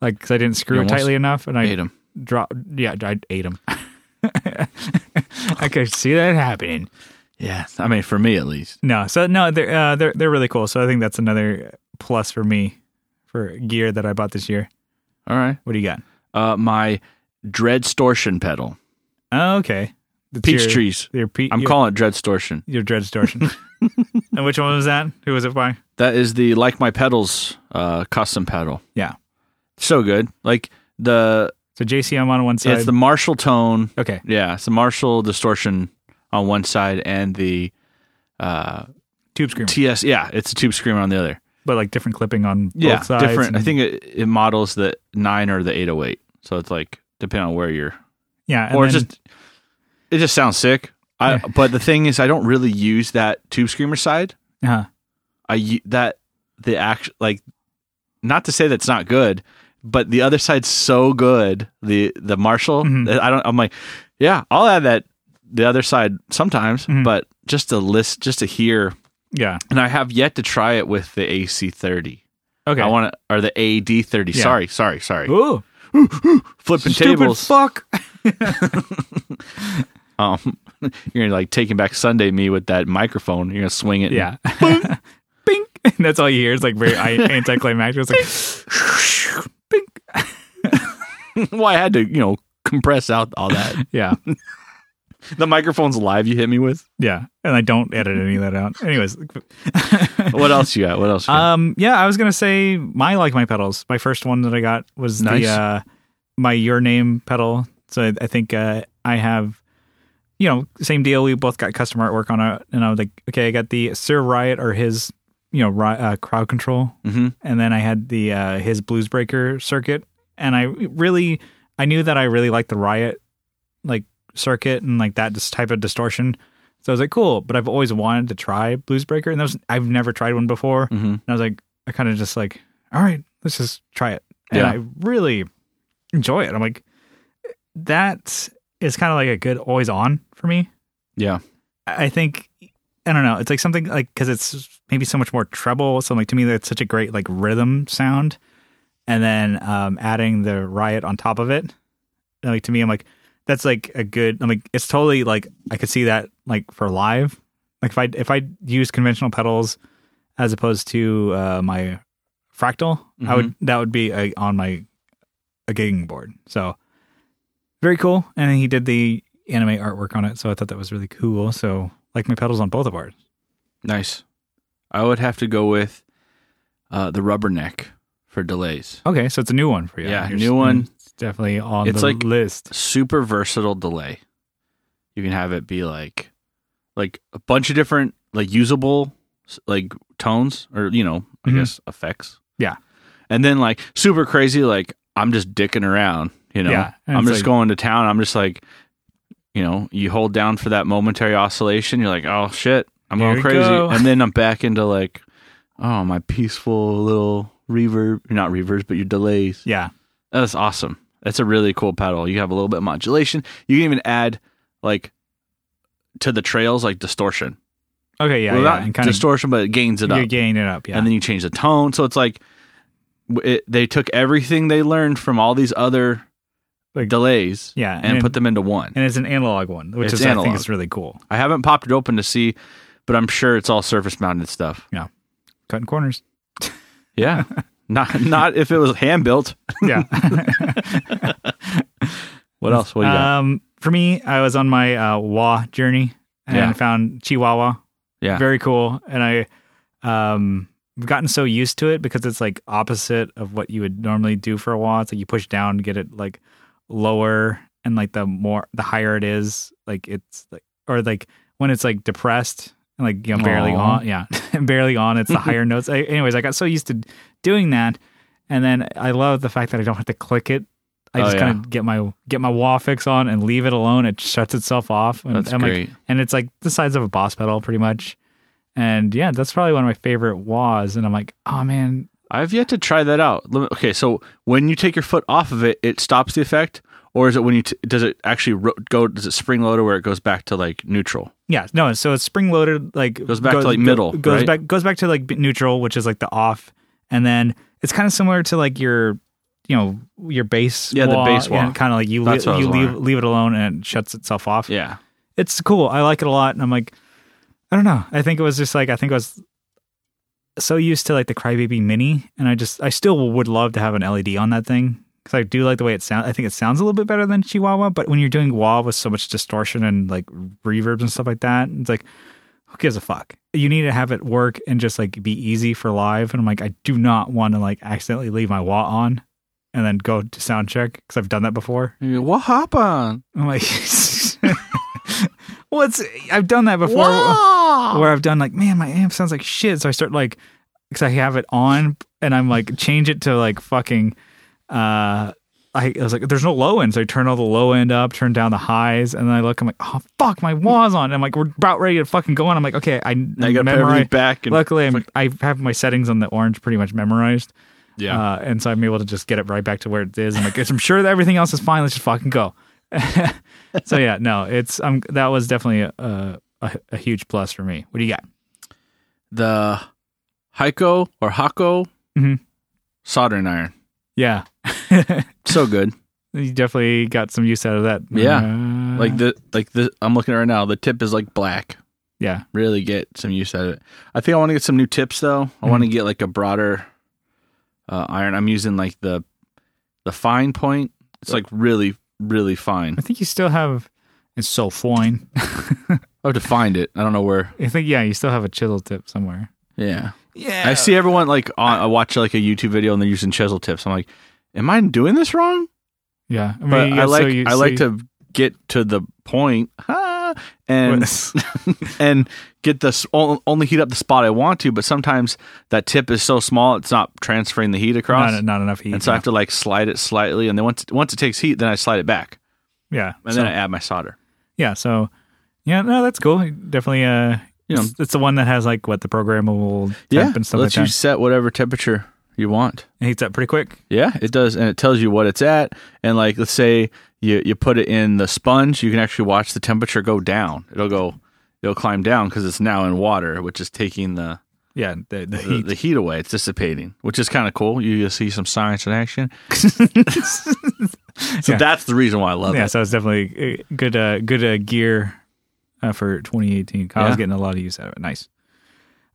Speaker 1: like because I didn't screw
Speaker 2: You
Speaker 1: it
Speaker 2: almost
Speaker 1: tightly enough, and
Speaker 2: I
Speaker 1: I
Speaker 2: hate them.
Speaker 1: dropped. Yeah, I ate them. *laughs* I could see that happening.
Speaker 2: Yeah. I mean, for me at least.
Speaker 1: No, so no, they're uh, they're they're really cool. So I think that's another plus for me for gear that I bought this year.
Speaker 2: All right.
Speaker 1: What do you got?
Speaker 2: Uh, my Dreadstortion pedal,
Speaker 1: Oh, okay, the
Speaker 2: peach trees.
Speaker 1: Your pe-
Speaker 2: I'm
Speaker 1: your,
Speaker 2: calling it Dreadstortion.
Speaker 1: your dread
Speaker 2: *laughs*
Speaker 1: distortion. and which one was that? Who was it by?
Speaker 2: That is the like my pedals uh, custom pedal.
Speaker 1: Yeah.
Speaker 2: So good. Like the
Speaker 1: So JCM on one side.
Speaker 2: it's the Marshall tone.
Speaker 1: okay,
Speaker 2: Yeah, it's the Marshall distortion on one side and the uh,
Speaker 1: tube screamer,
Speaker 2: TS. Yeah, it's a tube screamer on the other.
Speaker 1: but like different clipping on
Speaker 2: yeah,
Speaker 1: both sides.
Speaker 2: different. I
Speaker 1: and-
Speaker 2: think it, it models the nine or the eight oh eight. So it's like depending on where you're,
Speaker 1: yeah, and
Speaker 2: or
Speaker 1: then-
Speaker 2: just it just sounds sick. I
Speaker 1: Yeah.
Speaker 2: but the thing is, I don't really use that tube screamer side.
Speaker 1: uh-huh.
Speaker 2: I u- that the act like not to say that's not good, but the other side's so good. The the Marshall,
Speaker 1: Mhm.
Speaker 2: that I don't. I'm like, yeah, I'll add that the other side sometimes,
Speaker 1: Mhm.
Speaker 2: but just to list, just to hear.
Speaker 1: yeah.
Speaker 2: And I have yet to try it with the AC30.
Speaker 1: Okay.
Speaker 2: I want to, or the AD30.
Speaker 1: Yeah.
Speaker 2: Sorry, sorry, sorry.
Speaker 1: Ooh,
Speaker 2: Flipping
Speaker 1: stupid
Speaker 2: tables.
Speaker 1: fuck.
Speaker 2: um, *laughs* you're gonna like taking back Sunday me with that microphone. You're gonna swing *laughs* it.
Speaker 1: Yeah. *laughs* Bink. That's all you hear. It's like
Speaker 2: *laughs*
Speaker 1: very i- anticlimactic. It's like, *laughs* bink.
Speaker 2: *laughs* well, I had to, you know, compress out all that.
Speaker 1: Yeah.
Speaker 2: the microphone's live. You hit me with
Speaker 1: Yeah, and I don't edit any of that out. Anyways, *laughs*
Speaker 2: what else? You got what else? You got?
Speaker 1: um, yeah, I was gonna say my like my pedals. My first one that I got was
Speaker 2: Nice.
Speaker 1: the uh, my your name pedal. So I, I think uh, I have, you know, same deal. We both got custom artwork on it, and I was like, okay, I got the Sir Riot or his, you know, ri- uh, crowd control
Speaker 2: Mhm.
Speaker 1: and then I had the uh, his Bluesbreaker circuit, and I really I knew that I really liked the Riot like circuit and like that dis- type of distortion. So I was like, cool, but I've always wanted to try Bluesbreaker, and that was, I've never tried one before.
Speaker 2: Mhm.
Speaker 1: And I was like, I kind of just like, all right, let's just try it, and
Speaker 2: Yeah.
Speaker 1: I really enjoy it. I'm like, that is kind of like a good always on for me.
Speaker 2: Yeah.
Speaker 1: I think I don't know. It's like something like because it's maybe so much more treble. So like to me, that's such a great like rhythm sound, and then um, adding the riot on top of it. and, like to me, I'm like that's like a good. I'm like it's totally like I could see that like for live. Like if I if I use conventional pedals as opposed to uh, my fractal, I would
Speaker 2: Mm-hmm.
Speaker 1: that would be a, on my a gigging board. So very cool. And then he did the anime artwork on it, so I thought that was really cool. So like my pedals on both of ours.
Speaker 2: Nice. I would have to go with uh, the rubberneck for delays.
Speaker 1: Okay, so it's a new one for you.
Speaker 2: Yeah,
Speaker 1: You're-
Speaker 2: new one.
Speaker 1: It's definitely on
Speaker 2: It's
Speaker 1: the
Speaker 2: like-
Speaker 1: list.
Speaker 2: super versatile delay. You can have it be like like a bunch of different like usable s- like tones or you know, I
Speaker 1: Mhm.
Speaker 2: guess effects.
Speaker 1: Yeah.
Speaker 2: And then like super crazy like I'm just dicking around, you know.
Speaker 1: Yeah, and
Speaker 2: I'm
Speaker 1: it's
Speaker 2: just
Speaker 1: like-
Speaker 2: going to town. I'm just like you know, you hold down for that momentary oscillation, you're like, "Oh shit, I'm
Speaker 1: Here
Speaker 2: going
Speaker 1: we
Speaker 2: crazy."
Speaker 1: go. *laughs*
Speaker 2: And then I'm back into like oh, my peaceful little reverb, not reverbs, but your delays.
Speaker 1: Yeah.
Speaker 2: That's awesome. That's a really cool pedal. You have a little bit of modulation. You can even add like to the trails like distortion.
Speaker 1: Okay, yeah,
Speaker 2: well,
Speaker 1: yeah.
Speaker 2: not
Speaker 1: And kind
Speaker 2: distortion, but it gains it
Speaker 1: of you're
Speaker 2: up.
Speaker 1: gaining it up, yeah.
Speaker 2: And then you change the tone. So it's like w- it, they took everything they learned from all these other
Speaker 1: Like-
Speaker 2: delays
Speaker 1: yeah,
Speaker 2: and, put them into one.
Speaker 1: and it's an analog one, which
Speaker 2: It's
Speaker 1: is I
Speaker 2: analog.
Speaker 1: think is really cool.
Speaker 2: I haven't popped it open to see, but I'm sure it's all surface mounted stuff.
Speaker 1: Cutting corners. *laughs*
Speaker 2: Yeah. not not if it was hand built.
Speaker 1: Yeah.
Speaker 2: What else? What do you got?
Speaker 1: Um, for me, I was on my uh, Wah journey and
Speaker 2: Yeah.
Speaker 1: found Chihuahua.
Speaker 2: Yeah.
Speaker 1: very cool. And I, um, I've gotten so used to it because it's like opposite of what you would normally do for a Wah. It's like you push down, to get it like lower, and like the more the higher it is, like it's like or like when it's like depressed and like you know barely
Speaker 2: Aw.
Speaker 1: on, yeah, *laughs* barely on.
Speaker 2: *laughs*
Speaker 1: It's the higher notes. I, anyways, I got so used to doing that, and then I love the fact that I don't have to click it. I
Speaker 2: Oh,
Speaker 1: just
Speaker 2: yeah.
Speaker 1: kind of get my get my wah fix on and leave it alone. It shuts itself off. And,
Speaker 2: That's
Speaker 1: I'm
Speaker 2: great.
Speaker 1: Like, and it's like the size of a boss pedal, pretty much. And yeah, that's probably one of my favorite wahs. And I'm like, oh man,
Speaker 2: I've yet to try that out. Let me- Okay, so when you take your foot off of it, it stops the effect, or is it when you t- does it actually ro- go? Does it spring load or where it goes back to like neutral?
Speaker 1: yeah, no. So it's spring loaded, like
Speaker 2: Goes back to, like, middle,
Speaker 1: goes
Speaker 2: right?
Speaker 1: back goes back to like b- neutral, which is like the off, and then it's kind of similar to like your, you know, your bass.
Speaker 2: Yeah, the bass wah.
Speaker 1: Kind of like you
Speaker 2: That's
Speaker 1: li-
Speaker 2: what I
Speaker 1: you
Speaker 2: was
Speaker 1: leave
Speaker 2: wondering.
Speaker 1: leave it alone and it shuts itself off.
Speaker 2: Yeah,
Speaker 1: it's cool. I like it a lot. And I'm like, I don't know. I think it was just like, I think I was so used to like the Crybaby Mini. And I just, I still would love to have an LED on that thing because I do like the way it sounds. I think it sounds a little bit better than Chihuahua. But when you're doing wah with so much distortion and like reverbs and stuff like that, it's like, who gives a fuck? You need to have it work and just like be easy for live. And I'm like, I do not want to like accidentally leave my wah on and then go to sound check because I've done that before.
Speaker 2: what hop on?
Speaker 1: I'm like, *laughs* well, it's I've done that before, where I've done like, man, my amp sounds like shit. So I start like, because I have it on, and I'm like, change it to like fucking. uh I, I was like, there's no low end, so I turn all the low end up, turn down the highs, and then I look, I'm like, oh fuck, my wah's on. And I'm like, we're about ready to fucking go on. I'm like, okay, I,
Speaker 2: Now you got to put
Speaker 1: memorize.
Speaker 2: everything back. And,
Speaker 1: Luckily, I'm, I have my settings on the orange pretty much memorized.
Speaker 2: yeah,
Speaker 1: Uh, and so I'm able to just get it right back to where it is. I'm like, I'm sure that everything else is fine. Let's just fucking go. *laughs* so yeah, no, it's um that was definitely a, a a huge plus for me. What do you got?
Speaker 2: the Heiko or Hako
Speaker 1: Mhm.
Speaker 2: soldering iron,
Speaker 1: Yeah,
Speaker 2: so good.
Speaker 1: *laughs* you definitely got some use out of that.
Speaker 2: Yeah.
Speaker 1: Uh,
Speaker 2: Like the like the I'm looking at it right now. The tip is like black.
Speaker 1: yeah,
Speaker 2: Really get some use out of it. I think I want to get some new tips though. I want to
Speaker 1: Mm-hmm.
Speaker 2: get like a broader uh, iron. I'm using like the the fine point. It's like really really fine.
Speaker 1: I think you still have. It's so fine. Oh,
Speaker 2: I have to find it. I don't know where.
Speaker 1: *laughs* I think yeah, you still have a chisel tip somewhere.
Speaker 2: Yeah.
Speaker 1: Yeah,
Speaker 2: I see everyone like on, I watch like a YouTube video and they're using chisel tips. I'm like, am I doing this wrong?
Speaker 1: Yeah, I mean,
Speaker 2: But
Speaker 1: you-
Speaker 2: I
Speaker 1: so
Speaker 2: like
Speaker 1: you
Speaker 2: I
Speaker 1: *laughs*
Speaker 2: like
Speaker 1: see-
Speaker 2: to get to the point ah, and
Speaker 1: *laughs*
Speaker 2: and get this only heat up the spot I want to. But sometimes that tip is so small it's not transferring the heat across,
Speaker 1: not, not enough heat.
Speaker 2: and so I have to like slide it slightly, and then once once it takes heat, then I slide it back,
Speaker 1: yeah,
Speaker 2: and
Speaker 1: so-
Speaker 2: then I add my solder.
Speaker 1: yeah, so yeah, no, that's cool. Definitely, uh,
Speaker 2: You know.
Speaker 1: it's, it's the one that has like what the programmable temp and stuff like
Speaker 2: lets you
Speaker 1: that.
Speaker 2: set whatever temperature you want.
Speaker 1: It heats up pretty quick.
Speaker 2: Yeah, it does, and it tells you what it's at. And like, let's say you you put it in the sponge, you can actually watch the temperature go down. It'll go, it'll climb down because it's now in water, which is taking the
Speaker 1: Yeah, the, the
Speaker 2: the,
Speaker 1: heat.
Speaker 2: the heat away. It's dissipating, which is kind of cool. You you'll see some science in *laughs* action. So
Speaker 1: Yeah.
Speaker 2: that's the reason why I love
Speaker 1: yeah,
Speaker 2: it.
Speaker 1: so it's definitely uh, good. Uh, good uh, gear uh, for 2018. I was
Speaker 2: Yeah.
Speaker 1: getting a lot of use out of it. Nice.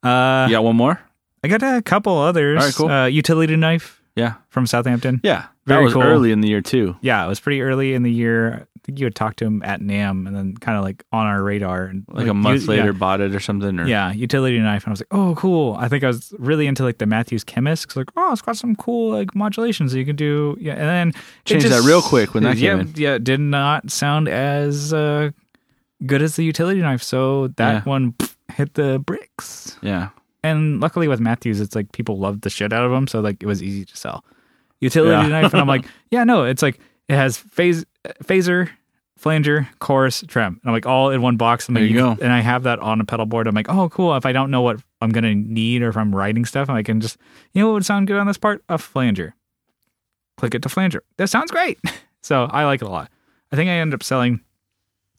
Speaker 1: Uh,
Speaker 2: You got one more?
Speaker 1: I got a couple others.
Speaker 2: All right, cool.
Speaker 1: Uh, utility knife
Speaker 2: Yeah,
Speaker 1: from Southampton.
Speaker 2: yeah. that
Speaker 1: Very
Speaker 2: was
Speaker 1: cool.
Speaker 2: early in the year too.
Speaker 1: Yeah, it was pretty early in the year. I think you had talked to him at NAM, and then kind of like on our radar, and
Speaker 2: Like, a month
Speaker 1: you- yeah.
Speaker 2: later, bought it or something. Or,
Speaker 1: Yeah, utility knife. And I was like, oh, cool. I think I was really into like the Matthews chemist. 'cause, like, oh, it's got some cool like modulations that you can do. Yeah, and then it
Speaker 2: Changed that real quick when that
Speaker 1: yeah,
Speaker 2: came in.
Speaker 1: Yeah, it did not sound as uh, good as the utility knife. So that
Speaker 2: Yeah.
Speaker 1: one pff, hit the bricks.
Speaker 2: yeah.
Speaker 1: And luckily with Matthews, it's like people loved the shit out of them. So like it was easy to sell. Utility
Speaker 2: Yeah.
Speaker 1: knife, and
Speaker 2: *laughs*
Speaker 1: I'm like, yeah, no, it's like it has phase phaser. Flanger, chorus, trem. And I'm like all in one box. And
Speaker 2: There
Speaker 1: like,
Speaker 2: you
Speaker 1: can-
Speaker 2: go.
Speaker 1: And I have that on a pedal board. I'm like, oh, cool. If I don't know what I'm gonna need or if I'm writing stuff, I can just, you know, what would sound good on this part? A flanger. Click it to flanger. That sounds great. *laughs* so I like it a lot. I think I ended up selling,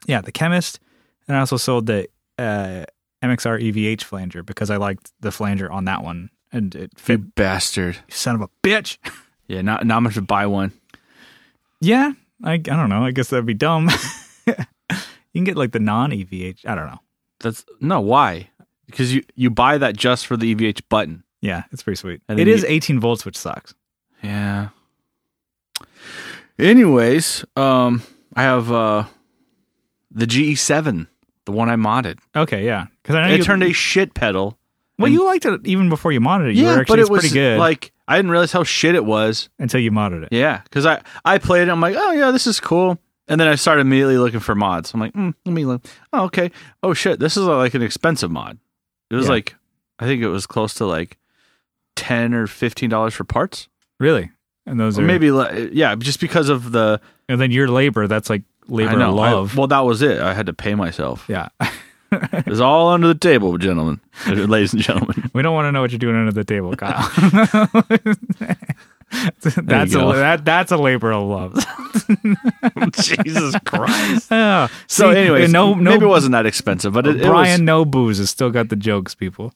Speaker 1: yeah, the chemist, and I also sold the uh, MXR EVH flanger because I liked the flanger on that one, and it
Speaker 2: You
Speaker 1: fit.
Speaker 2: bastard.
Speaker 1: Son of a bitch. *laughs*
Speaker 2: Yeah, not not much to buy one.
Speaker 1: Yeah, I, I don't know. I guess that'd be dumb. *laughs* you can get like the non EVH. I don't know.
Speaker 2: That's no why because you you buy that just for the EVH button.
Speaker 1: Yeah, it's pretty sweet.
Speaker 2: And
Speaker 1: It
Speaker 2: then
Speaker 1: is 18 volts, which sucks.
Speaker 2: Yeah. Anyways, um, I have uh the GE7, the one I modded.
Speaker 1: Okay, yeah, because I know
Speaker 2: It
Speaker 1: you
Speaker 2: turned a shit pedal.
Speaker 1: Well, you liked it even before you modded it. You were actually it's pretty good
Speaker 2: like I didn't realize how shit it was.
Speaker 1: until you modded it.
Speaker 2: Yeah, because I I played it. I'm like, oh yeah, this is cool. And then I started immediately looking for mods. I'm like, mm, let me look. Oh okay. Oh shit, this is uh, like an expensive mod. It was
Speaker 1: Yeah.
Speaker 2: like I think it was close to like ten or fifteen dollars for parts,
Speaker 1: Really? And those
Speaker 2: or
Speaker 1: are
Speaker 2: maybe li- yeah, just because of the
Speaker 1: And then your labor. That's like labor
Speaker 2: I
Speaker 1: and
Speaker 2: know. I-
Speaker 1: love.
Speaker 2: well, that was it. I had to
Speaker 1: *laughs*
Speaker 2: pay myself.
Speaker 1: yeah,
Speaker 2: It was all under the table, gentlemen, *laughs* ladies
Speaker 1: *laughs*
Speaker 2: and gentlemen.
Speaker 1: we don't want to know what you're doing under the table,
Speaker 2: *laughs*
Speaker 1: Kyle. *laughs* that's a
Speaker 2: go.
Speaker 1: that, that's a labor of
Speaker 2: *laughs*
Speaker 1: love.
Speaker 2: Jesus Christ.
Speaker 1: Yeah.
Speaker 2: So,
Speaker 1: See,
Speaker 2: anyways,
Speaker 1: no, no,
Speaker 2: maybe it wasn't that expensive, but it, it was-
Speaker 1: Brian No Booze has still got the jokes, people.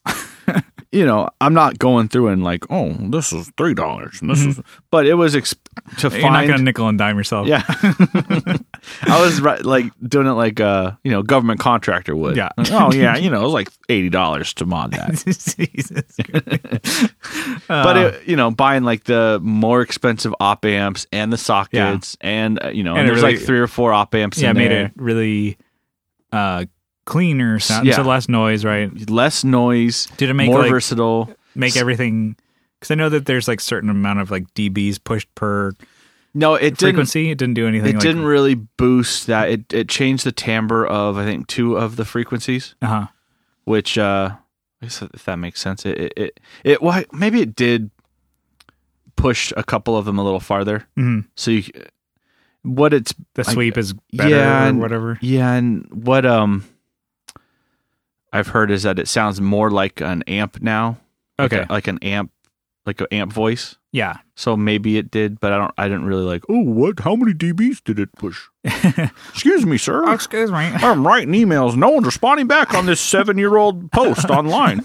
Speaker 2: you know, I'm not going through and like, oh, this is three dollars, and this is, but it was exp- to
Speaker 1: Mm-hmm. You're not
Speaker 2: find.
Speaker 1: gonna nickel and dime yourself.
Speaker 2: *laughs* yeah, I was ri- like doing it like a you know government contractor would.
Speaker 1: Yeah.
Speaker 2: Oh yeah, you know it was like eighty dollars to mod
Speaker 1: *laughs*
Speaker 2: that,
Speaker 1: *laughs*
Speaker 2: *laughs*
Speaker 1: Jesus. Uh,
Speaker 2: but it, you know buying like the more expensive op amps and the sockets and uh, you know
Speaker 1: And
Speaker 2: and
Speaker 1: it
Speaker 2: there's
Speaker 1: really-
Speaker 2: like three or four op amps.
Speaker 1: yeah,
Speaker 2: in
Speaker 1: made
Speaker 2: there.
Speaker 1: it really uh cleaner sound
Speaker 2: Yeah.
Speaker 1: so less noise, right?
Speaker 2: less noise,
Speaker 1: Did it make
Speaker 2: more
Speaker 1: like
Speaker 2: versatile.
Speaker 1: make everything because I know that there's like certain amount of like dBs pushed per
Speaker 2: No, it didn't.
Speaker 1: frequency. It didn't do anything.
Speaker 2: It
Speaker 1: like,
Speaker 2: didn't really boost that. It it changed the timbre of I think two of the frequencies.
Speaker 1: Uh-huh.
Speaker 2: which uh I guess if that makes sense it it it, it why maybe it did push a couple of them a little farther
Speaker 1: Mhm.
Speaker 2: so you what it's
Speaker 1: The
Speaker 2: Like,
Speaker 1: sweep is better
Speaker 2: yeah,
Speaker 1: or
Speaker 2: and-
Speaker 1: whatever.
Speaker 2: yeah and what um i've heard is that it sounds more like an amp now like
Speaker 1: Okay.
Speaker 2: a- like an amp like an amp voice
Speaker 1: yeah.
Speaker 2: so maybe it did but i don't i didn't really like
Speaker 3: Oh, what? How many dBs did it *laughs* push? Excuse me, sir.
Speaker 1: excuse me. *laughs*
Speaker 3: I'm writing emails. No one's responding back on this seven year old post online.
Speaker 2: *laughs*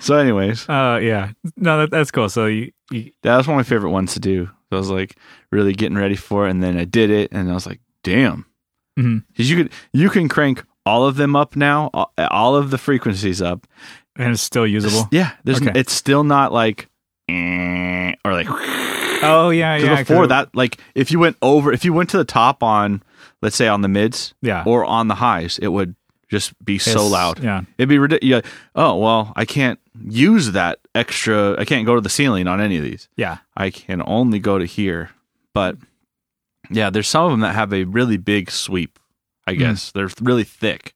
Speaker 2: so anyways
Speaker 1: Uh yeah. No, that, that's cool. So you, you
Speaker 2: that was one of my favorite ones to do i was like really getting ready for it and then i did it and i was like damn
Speaker 1: mhm.
Speaker 2: Because you could you can crank all of them up now, all- all of the frequencies up.
Speaker 1: and it's still usable.
Speaker 2: Yeah, there's
Speaker 1: Okay.
Speaker 2: it's still not like eh, or like
Speaker 1: Oh yeah, yeah. 'cause
Speaker 2: Because before
Speaker 1: it-
Speaker 2: that, like if you went over, if you went to the top on, let's say on the mids,
Speaker 1: Yeah.
Speaker 2: or on the highs, it would just be so
Speaker 1: It's-
Speaker 2: loud.
Speaker 1: yeah.
Speaker 2: it'd be ridiculous. Oh well, I can't use that extra. I can't go to the ceiling on any of these.
Speaker 1: yeah,
Speaker 2: I can only go to here. But yeah, there's some of them that have a really big sweep. I guess they're really thick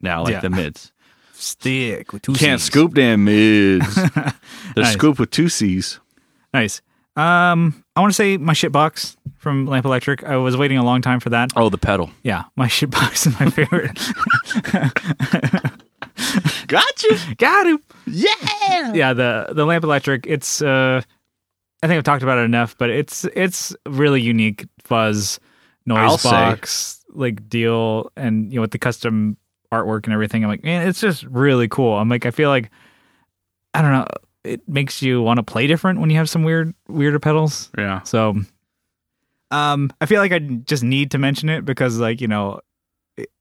Speaker 2: now, like
Speaker 1: Yeah.
Speaker 2: the *laughs* mids.
Speaker 1: stick with two.
Speaker 2: Can't
Speaker 1: Cs.
Speaker 2: scoop damn *laughs* mids. they're
Speaker 1: Nice.
Speaker 2: scooped with two C's.
Speaker 1: Nice. Um, I want to say my shitbox from Lamp Electric. I was waiting a long time for that.
Speaker 2: Oh, the pedal.
Speaker 1: Yeah, my shitbox is my favorite. *laughs*
Speaker 2: Gotcha.
Speaker 1: Got him.
Speaker 2: *laughs* Yeah.
Speaker 1: yeah the the lamp electric it's uh i think i've talked about it enough but it's it's really unique fuzz noise
Speaker 2: I'll say.
Speaker 1: box like deal and you know with the custom artwork and everything i'm like man it's just really cool i'm like i feel like i don't know it makes you want to play different when you have some weird weirder pedals
Speaker 2: Yeah.
Speaker 1: so um i feel like i just need to mention it because like you know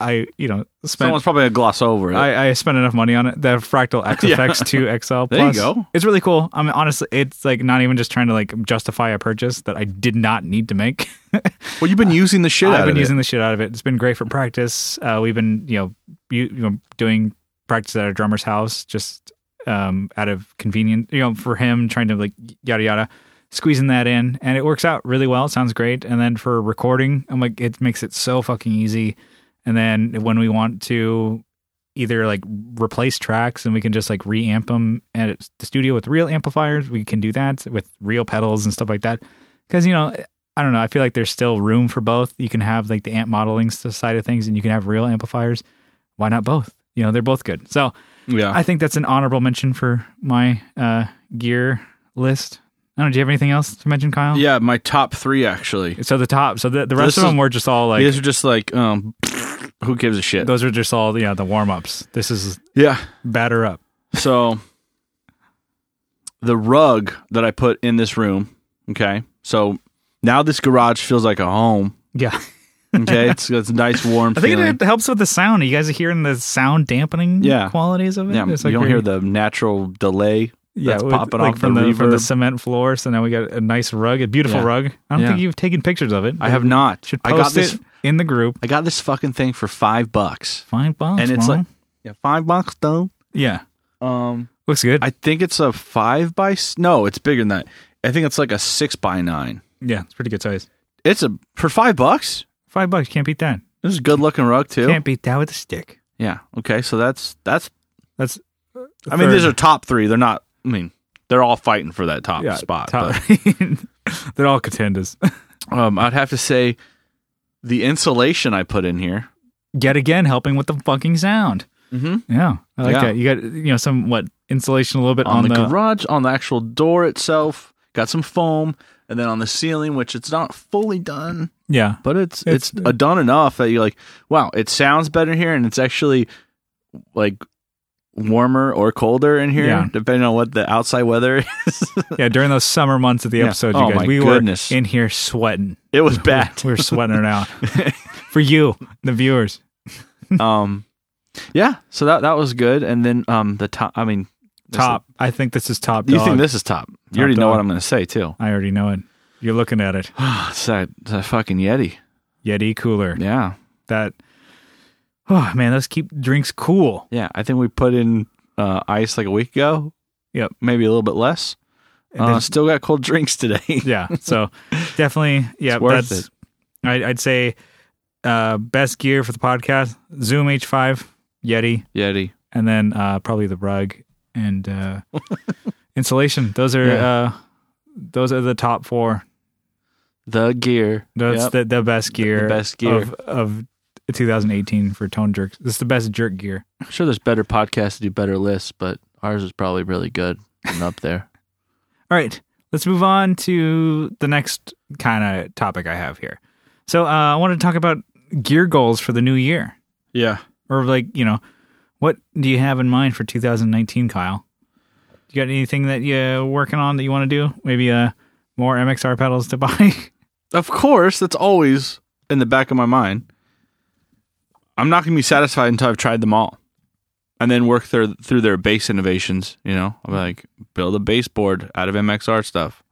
Speaker 1: i you know spent
Speaker 2: Someone's probably gonna gloss over it.
Speaker 1: I, I spent enough money on it. The Fractal
Speaker 2: *laughs*
Speaker 1: XFX2 XL Plus.
Speaker 2: There you go.
Speaker 1: It's really cool. I mean, honestly, it's like not even just trying to like justify a purchase that I did not need to make.
Speaker 2: well, you've been using the shit out
Speaker 1: I've been
Speaker 2: of
Speaker 1: using the shit out of it. It's been great for practice. Uh, we've been, you know, you, you know, doing practice at our drummer's house just um, out of convenience, you know, for him trying to like yada yada, squeezing that in, and it works out really well. It sounds great. And then for recording, I'm like, it makes it so fucking easy. And then when we want to either like replace tracks and we can just like reamp them at the studio with real amplifiers, we can do that with real pedals and stuff like that. Because you know, I don't know. I feel like there's still room for both. You can have like the amp modeling s- side of things, and you can have real amplifiers. Why not both? You know, they're both good. So
Speaker 2: it. Yeah.
Speaker 1: I think that's an honorable mention for my uh, gear list. I don't know. Do you have anything else to mention, Kyle?
Speaker 2: yeah, my top three actually.
Speaker 1: So the top. So the, the rest
Speaker 2: This
Speaker 1: of
Speaker 2: is-
Speaker 1: them were just all like
Speaker 2: These are just like, um, *sniffs* who gives a shit?
Speaker 1: those are just all you know the warm ups. This is
Speaker 2: yeah.
Speaker 1: batter up.
Speaker 2: So the rug that I put in this room. Okay. So now this garage feels like a home.
Speaker 1: Yeah,
Speaker 2: Okay. it's it's a nice warm
Speaker 1: *laughs* I think
Speaker 2: feeling.
Speaker 1: it helps with the sound. Are you guys hearing the sound dampening
Speaker 2: Yeah.
Speaker 1: qualities of it?
Speaker 2: yeah,
Speaker 1: It's like
Speaker 2: you don't
Speaker 1: very-
Speaker 2: hear the natural delay.
Speaker 1: yeah,
Speaker 2: that's
Speaker 1: with-
Speaker 2: popping
Speaker 1: like
Speaker 2: off
Speaker 1: from
Speaker 2: the
Speaker 1: the, from the
Speaker 2: reverb.
Speaker 1: cement floor. So now we got a nice rug, a beautiful
Speaker 2: Yeah.
Speaker 1: rug. I don't
Speaker 2: Yeah.
Speaker 1: think you've taken pictures of it.
Speaker 2: I have not.
Speaker 1: Should
Speaker 2: I
Speaker 1: post
Speaker 2: got this.
Speaker 1: it in the group.
Speaker 2: I got this fucking thing for five bucks,
Speaker 1: Fine, box,
Speaker 2: and it's
Speaker 1: mom.
Speaker 2: like yeah, five bucks though.
Speaker 1: yeah,
Speaker 2: Um,
Speaker 1: looks good.
Speaker 2: I think it's a five by s- no, it's bigger than that. I think it's like a six by nine.
Speaker 1: yeah, it's pretty good size.
Speaker 2: It's a for five bucks.
Speaker 1: Five bucks, can't beat that.
Speaker 2: This is a good looking rug too.
Speaker 1: Can't beat that with a stick.
Speaker 2: Yeah. Okay. So that's that's.
Speaker 1: That's. uh,
Speaker 2: I mean, these are
Speaker 1: third-
Speaker 2: top three. They're not. I mean, they're all fighting for that top
Speaker 1: yeah,
Speaker 2: spot.
Speaker 1: top- *laughs* They're all contenders.
Speaker 2: But, um, I'd have to say, the insulation I put in here.
Speaker 1: Yet again, helping with the fucking sound.
Speaker 2: Mhm.
Speaker 1: Yeah, I like
Speaker 2: Yeah.
Speaker 1: that. You got you know some what insulation a little bit
Speaker 2: on,
Speaker 1: on,
Speaker 2: the, garage, on the actual door itself. Got some foam, and then on the ceiling, which it's not fully done,
Speaker 1: yeah
Speaker 2: but it's
Speaker 1: It's-
Speaker 2: it's, uh done enough that you're like, wow, it sounds better here, and it's actually like warmer or colder in here,
Speaker 1: Yeah.
Speaker 2: depending on what the outside weather *laughs* is.
Speaker 1: yeah during those summer months of the
Speaker 2: Yeah.
Speaker 1: episode.
Speaker 2: Oh
Speaker 1: you guys,
Speaker 2: my
Speaker 1: we
Speaker 2: goodness.
Speaker 1: were in here sweating. *laughs*
Speaker 2: it *laughs* was bad.
Speaker 1: We were sweating it out *laughs* for you, the viewers.
Speaker 2: um yeah so that that was good and then um the top i mean this-
Speaker 1: Top. I think this is top.
Speaker 2: you
Speaker 1: dog.
Speaker 2: think this is top you already know
Speaker 1: dog.
Speaker 2: what i'm gonna say too *sighs*
Speaker 1: I already know it. You're looking at it.
Speaker 2: it's that, that fucking yeti
Speaker 1: Yeti cooler.
Speaker 2: yeah
Speaker 1: that oh man those keep drinks cool
Speaker 2: yeah i think we put in uh ice like a week ago
Speaker 1: Yep.
Speaker 2: maybe a little bit less
Speaker 1: And
Speaker 2: uh,
Speaker 1: then-
Speaker 2: still got cold *laughs* drinks today
Speaker 1: yeah so definitely yeah
Speaker 2: *laughs* It's worth
Speaker 1: that's
Speaker 2: it.
Speaker 1: I, i'd say uh best gear for the podcast zoom h5 *laughs* yeti
Speaker 2: yeti
Speaker 1: and then uh probably the rug and
Speaker 2: *laughs*
Speaker 1: uh insulation those are uh those are the top four
Speaker 2: the gear
Speaker 1: that's
Speaker 2: Yep.
Speaker 1: the, the best gear
Speaker 2: best gear.
Speaker 1: of, of 2018 for tone jerks this is the best jerk gear
Speaker 2: i'm sure there's better podcasts to do better lists but ours is probably really good and up
Speaker 1: *laughs*
Speaker 2: there
Speaker 1: All right, let's move on to the next kind of topic I have here. So uh, I want to talk about gear goals for the new year,
Speaker 2: yeah
Speaker 1: or like you know, what do you have in mind for 2019, Kyle? You got anything that you're working on that you want to do? Maybe uh, more MXR pedals to *laughs* buy.
Speaker 2: Of course, that's always in the back of my mind. I'm not going to be satisfied until I've tried them all, and then work their, through their base innovations. You know, I'm like build a baseboard out of MXR stuff,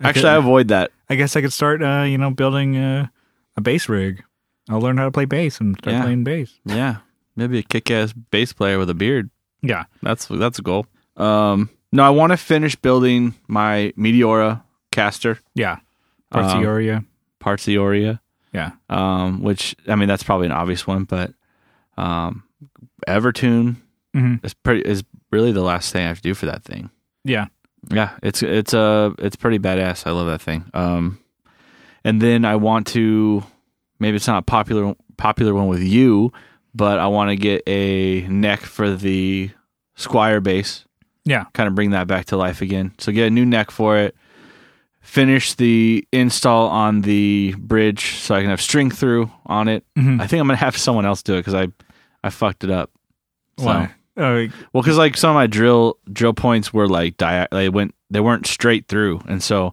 Speaker 2: Actually, I avoid that.
Speaker 1: I guess I could start, uh, you know, building a, a bass rig. I'll learn how to play bass and start
Speaker 2: Yeah.
Speaker 1: playing bass.
Speaker 2: Yeah, maybe a kick-ass bass player with a beard.
Speaker 1: Yeah.
Speaker 2: That's that's a goal. Um, no, I want to finish building my Meteora caster,
Speaker 1: Yeah. Parts
Speaker 2: Um,
Speaker 1: of Ioria.
Speaker 2: parts of Ioria,
Speaker 1: Yeah.
Speaker 2: um, which I mean that's probably an obvious one, but um, Evertune
Speaker 1: Mhm.
Speaker 2: is pretty is really the last thing I have to do for that thing.
Speaker 1: Yeah.
Speaker 2: Yeah, it's it's uh it's pretty badass. I love that thing. Um, and then I want to maybe it's not a popular popular one with you, but I want to get a neck for the Squire base.
Speaker 1: Yeah.
Speaker 2: kind of bring that back to life again. So get a new neck for it. Finish the install on the bridge so I can have string through on it.
Speaker 1: Mhm.
Speaker 2: I think I'm gonna have someone else do it because I I fucked it up. So-
Speaker 1: Why? Uh,
Speaker 2: well, because like some of my drill drill points were like dia- they went they weren't straight through, and so,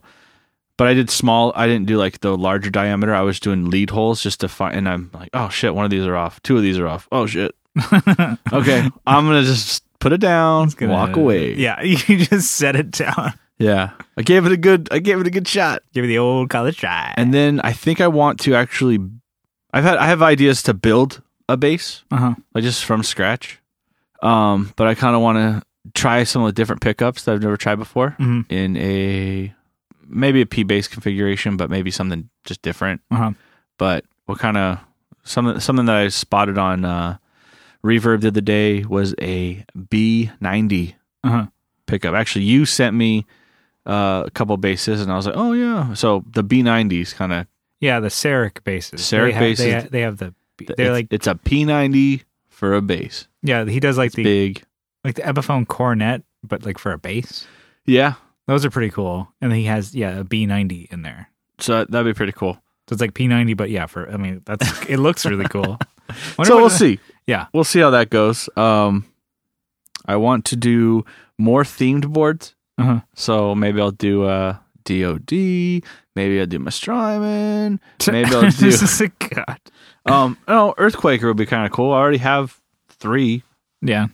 Speaker 2: but I did small. I didn't do like the larger diameter. I was doing lead holes just to find, and I'm like, oh shit, one of these are off, two of these are off.
Speaker 1: *laughs*
Speaker 2: Oh shit, okay, I'm gonna just put it down,
Speaker 1: gonna-
Speaker 2: walk away.
Speaker 1: Yeah. *laughs* You just set it down. *laughs*
Speaker 2: yeah. I gave it a good, I gave it a good shot,
Speaker 1: Give it the old college try.
Speaker 2: and then I think I want to actually, I've had I have ideas to build a base
Speaker 1: uh-huh.
Speaker 2: like just from scratch, um, but I kind of want to try some of the different pickups that I've never tried before.
Speaker 1: Mhm.
Speaker 2: in a maybe a P base configuration, but maybe something just different.
Speaker 1: Uh-huh.
Speaker 2: But what kind of something something that I spotted on uh, Reverb the other day was a B ninety
Speaker 1: Uh-huh.
Speaker 2: pickup. Actually, you sent me uh, a couple bases, and I was like, oh yeah. So the B nineties kind of
Speaker 1: Yeah. The Seric bases.
Speaker 2: Seric
Speaker 1: they have, They
Speaker 2: bases-
Speaker 1: have, they have the. They're
Speaker 2: it's,
Speaker 1: like
Speaker 2: it's a P ninety for a bass,
Speaker 1: yeah. He does like the
Speaker 2: big.
Speaker 1: like the Epiphone cornet, but like for a bass.
Speaker 2: Yeah,
Speaker 1: Those are pretty cool. And he has yeah a B90 in there.
Speaker 2: so that'd be pretty cool.
Speaker 1: So it's like P90, but yeah, for I mean that's it looks really
Speaker 2: *laughs*
Speaker 1: cool. Wonder
Speaker 2: so
Speaker 1: what
Speaker 2: we'll
Speaker 1: it- *laughs*
Speaker 2: see.
Speaker 1: Yeah.
Speaker 2: we'll see how that goes. Um, I want to do more themed boards,
Speaker 1: Uh-huh.
Speaker 2: so maybe I'll do uh DOD. Maybe I'll do my Strymon.
Speaker 1: *laughs*
Speaker 2: Maybe I'll do
Speaker 1: this is a god. *laughs*
Speaker 2: um. Oh, Earthquaker would be kind of cool. I already have three.
Speaker 1: Yeah,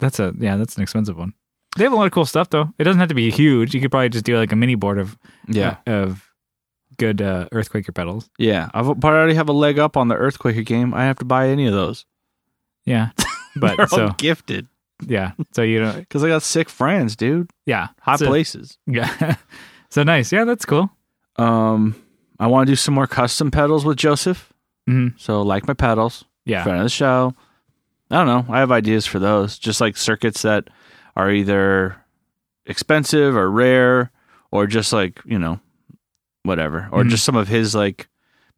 Speaker 1: that's a yeah that's an expensive one. They have a lot of cool stuff though. It doesn't have to be huge. You could probably just do like a mini board of uh, of good uh, earthquaker pedals.
Speaker 2: yeah. I've but I already have a leg up on the Earthquaker game. I have to buy any of those. *laughs*
Speaker 1: Yeah,
Speaker 2: They're
Speaker 1: but so
Speaker 2: all gifted
Speaker 1: yeah, so you know
Speaker 2: because I got sick friends, dude.
Speaker 1: yeah
Speaker 2: Hot
Speaker 1: so,
Speaker 2: places.
Speaker 1: Yeah, *laughs* so nice. Yeah, that's cool.
Speaker 2: Um, I want to do some more custom pedals with Joseph.
Speaker 1: Mhm.
Speaker 2: So like my pedals.
Speaker 1: Yeah,
Speaker 2: friend of the show. I don't know. I have ideas for those, just like circuits that are either expensive or rare, or just like you know, whatever, or
Speaker 1: Mhm.
Speaker 2: just some of his like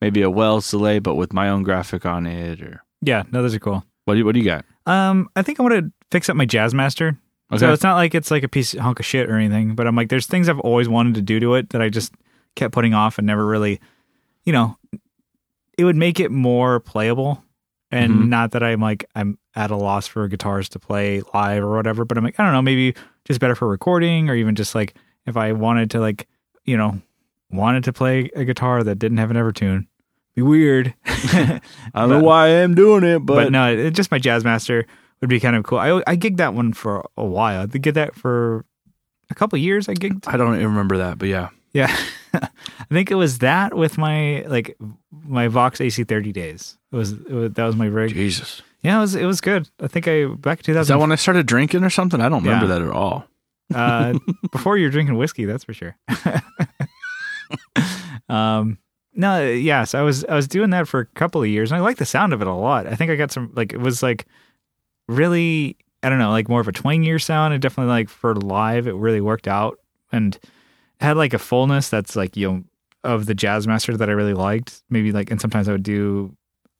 Speaker 2: maybe a Wells delay, but with my own graphic on it, or
Speaker 1: yeah. No, those are cool.
Speaker 2: what do you, what do you got?
Speaker 1: Um, I think I want to fix up my Jazzmaster. So it's not like it's like a piece hunk of shit or anything, but I'm like, there's things I've always wanted to do to it that I just kept putting off and never really, you know, it would make it more playable. And
Speaker 2: Mhm.
Speaker 1: not that I'm like I'm at a loss for guitars to play live or whatever, but I'm like, I don't know, maybe just better for recording or even just like if I wanted to like, you know, wanted to play a guitar that didn't have an Evertune. Be weird. *laughs*
Speaker 2: I don't know why I am doing it,
Speaker 1: but,
Speaker 2: but,
Speaker 1: no, it, just my Jazzmaster would be kind of cool. I I gigged that one for a while. I did that for a couple years. I gigged.
Speaker 2: I don't even remember that. But yeah,
Speaker 1: Yeah, *laughs* I think it was that with my like my Vox AC30 days. It was, it was that was my rig.
Speaker 2: Jesus,
Speaker 1: Yeah, it was it was good. I think I back in
Speaker 2: is that
Speaker 1: 2000
Speaker 2: when I started drinking or something? I don't remember
Speaker 1: Yeah.
Speaker 2: that at all.
Speaker 1: uh, *laughs* before you're drinking whiskey. That's for sure. um. No, yeah, so I was I was doing that for a couple of years, and I liked the sound of it a lot. I think I got some like it was like really I don't know, like more of a twangier sound. It definitely like for live, it really worked out and had like a fullness that's like you know of the jazz master that I really liked. Maybe like and sometimes I would do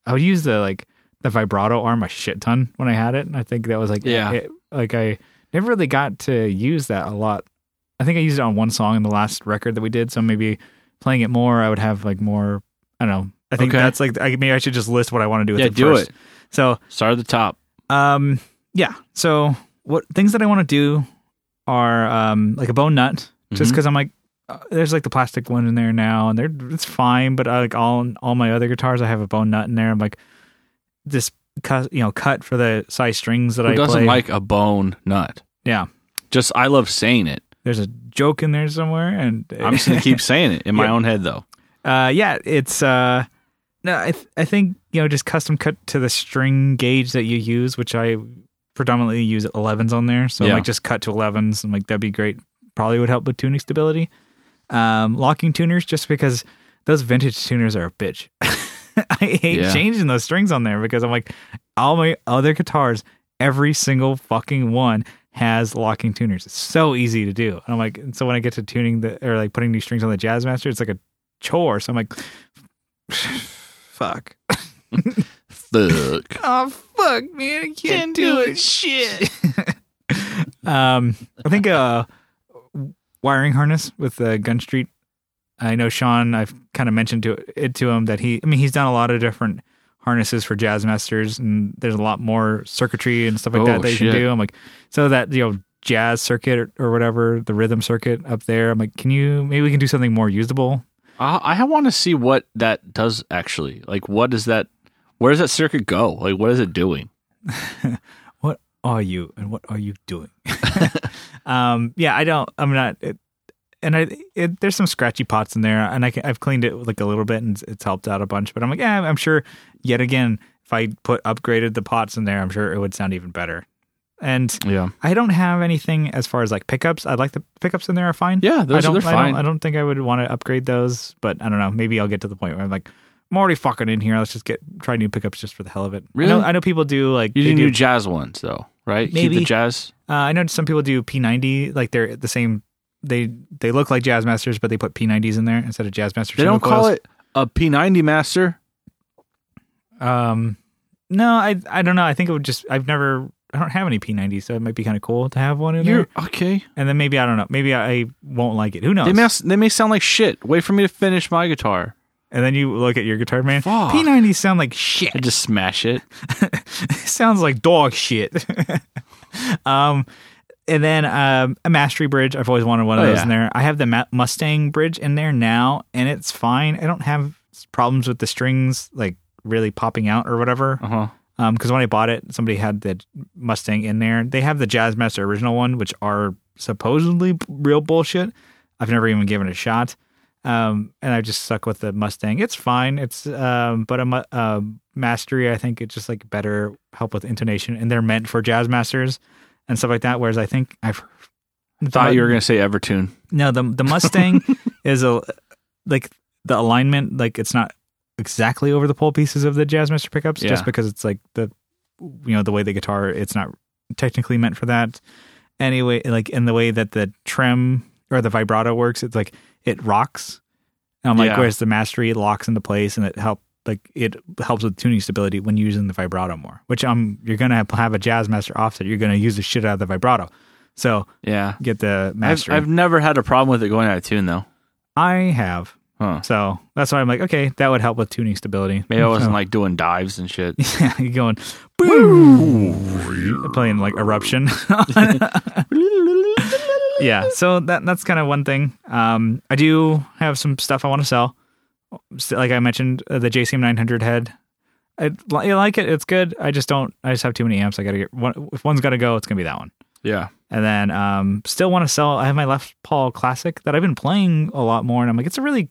Speaker 1: I would use the like the vibrato arm a shit ton when I had it, and I think that was like
Speaker 2: Yeah.
Speaker 1: it- like I never really got to use that a lot. I think I used it on one song in the last record that we did, so maybe playing it more, I would have like more. I don't know. I think
Speaker 2: Okay.
Speaker 1: that's like I, maybe I should just list what I want to do. With
Speaker 2: yeah,
Speaker 1: it
Speaker 2: do
Speaker 1: first.
Speaker 2: it.
Speaker 1: So,
Speaker 2: Start at the top.
Speaker 1: um, yeah. So what things that I want to do are um like a bone nut, just
Speaker 2: Mhm.
Speaker 1: because I'm like. uh, There's like the plastic one in there now, and they're it's fine. But I, like all all my other guitars, I have a bone nut in there. I'm like this cut, you know, cut for the size strings that
Speaker 2: Who
Speaker 1: I
Speaker 2: doesn't
Speaker 1: play.
Speaker 2: like a bone nut?
Speaker 1: yeah,
Speaker 2: Just I love saying it.
Speaker 1: There's a joke in there somewhere, and *laughs*
Speaker 2: I'm *laughs* just gonna keep saying it in my
Speaker 1: Yeah.
Speaker 2: own head though.
Speaker 1: uh, yeah, it's uh, no, I th- I think you know just custom cut to the string gauge that you use, which I predominantly use 11s on there. So
Speaker 2: Yeah.
Speaker 1: like just cut to 11s and like that'd be great. Probably would help with tuning stability. Um, locking tuners just because those vintage tuners are a bitch. *laughs* I hate
Speaker 2: Yeah.
Speaker 1: changing those strings on there because I'm like all my other guitars, every single fucking one has locking tuners. It's so easy to do. And I'm like, and so when I get to tuning the or like putting new strings on the Jazzmaster, it's like a chore. So I'm like, *sighs* fuck.
Speaker 2: Fuck.
Speaker 1: Oh fuck, man, I can't, do it. Shit. *laughs* um, I think uh, wiring harness with uh, Gun Street. I know Sean. I've kind of mentioned to it to him that he. I mean, he's done a lot of different harnesses for jazz masters, and there's a lot more circuitry and stuff like
Speaker 2: Oh,
Speaker 1: that that you
Speaker 2: shit.
Speaker 1: can do. I'm like, so that you know, jazz circuit or, or whatever, the rhythm circuit up there. I'm like, can you maybe we can do something more usable?
Speaker 2: *laughs* I, I want to see what that does actually. Like, what does that? Where does that circuit go? Like, what is it doing?
Speaker 1: what are you and what are you doing? *laughs* um, yeah, I don't. I'm not. It, and I, it, there's some scratchy pots in there, and I can, I've cleaned it like a little bit, and it's, it's helped out a bunch. But I'm like, yeah, I'm sure. Yet again, if I put upgraded the pots in there, I'm sure it would sound even better. And
Speaker 2: Yeah,
Speaker 1: I don't have anything as far as like pickups. I like the pickups in there are fine.
Speaker 2: yeah,
Speaker 1: I
Speaker 2: those
Speaker 1: don't,
Speaker 2: are they're
Speaker 1: I
Speaker 2: fine.
Speaker 1: don't, I don't think I would want to upgrade those, but I don't know. Maybe I'll get to the point where I'm like, I'm already fucking in here. Let's just get try new pickups just for the hell of it.
Speaker 2: Really?
Speaker 1: I know, I know people do like
Speaker 2: you
Speaker 1: they
Speaker 2: do
Speaker 1: do
Speaker 2: new jazz ones though, right? Keep
Speaker 1: Maybe.
Speaker 2: the jazz.
Speaker 1: uh, I know some people do P90, like they're the same. They they look like jazz masters, but they put P90s in there instead of jazz masters.
Speaker 2: They don't call it a P90 master.
Speaker 1: Um, no, I I don't know. I think it would just. I've never. I don't have any P90s, so it might be kind of cool to have one in
Speaker 2: You're
Speaker 1: there.
Speaker 2: okay.
Speaker 1: And then maybe I don't know. Maybe I won't like it. Who knows?
Speaker 2: They may they may sound like shit. Wait for me to finish my guitar.
Speaker 1: and then you look at your guitar, man.
Speaker 2: Fuck.
Speaker 1: P90s sound like shit.
Speaker 2: I just smash it.
Speaker 1: *laughs* sounds like dog shit. *laughs* um, and then um, a mastery bridge. I've always wanted one of
Speaker 2: Oh,
Speaker 1: those
Speaker 2: yeah.
Speaker 1: in there. I have the Ma- Mustang bridge in there now, and it's fine. I don't have s- problems with the strings like really popping out or whatever.
Speaker 2: Uh huh.
Speaker 1: Um, because when I bought it, somebody had the Mustang in there. They have the Jazzmaster original one, which are supposedly b- real bullshit. I've never even given it a shot. Um, and I just stuck with the Mustang. It's fine. It's um, but a mu- uh, mastery, I think it's just like better help with intonation, and they're meant for jazz masters and stuff like that. Whereas I think I've
Speaker 2: Thought you were gonna say Evertune.
Speaker 1: no, the the
Speaker 2: *laughs*
Speaker 1: Mustang is a like the alignment, like it's not exactly over the pole pieces of the Jazzmaster pickups,
Speaker 2: Yeah.
Speaker 1: just because it's like the you know the way the guitar, it's not technically meant for that. Anyway, like in the way that the trem or the vibrato works, it's like it rocks. And I'm like,
Speaker 2: Yeah.
Speaker 1: whereas the mastery it locks into place and it help like it helps with tuning stability when using the vibrato more. Which um you're gonna have, have a Jazzmaster offset, you're gonna use the shit out of the vibrato. So
Speaker 2: Yeah.
Speaker 1: get the
Speaker 2: I've,
Speaker 1: mastery.
Speaker 2: I've never had a problem with it going out of tune though.
Speaker 1: I have.
Speaker 2: Huh.
Speaker 1: So that's why I'm like, okay, that would help with tuning stability. *laughs*
Speaker 2: Maybe I wasn't
Speaker 1: So-
Speaker 2: like doing dives and
Speaker 1: *laughs*
Speaker 2: shit.
Speaker 1: yeah, you're going, boom, playing like eruption. *laughs* yeah, so that that's kind of one thing. Um, I do have some stuff I want to sell. S- Like I mentioned, uh, the JCM 900 head. I, li- I like it. It's good. I just don't. I just have too many amps. I gotta get one. If one's gotta go, it's gonna be that one.
Speaker 2: Yeah.
Speaker 1: And then um, still want to sell. I have my left Paul Classic that I've been playing a lot more, and I'm like, it's a really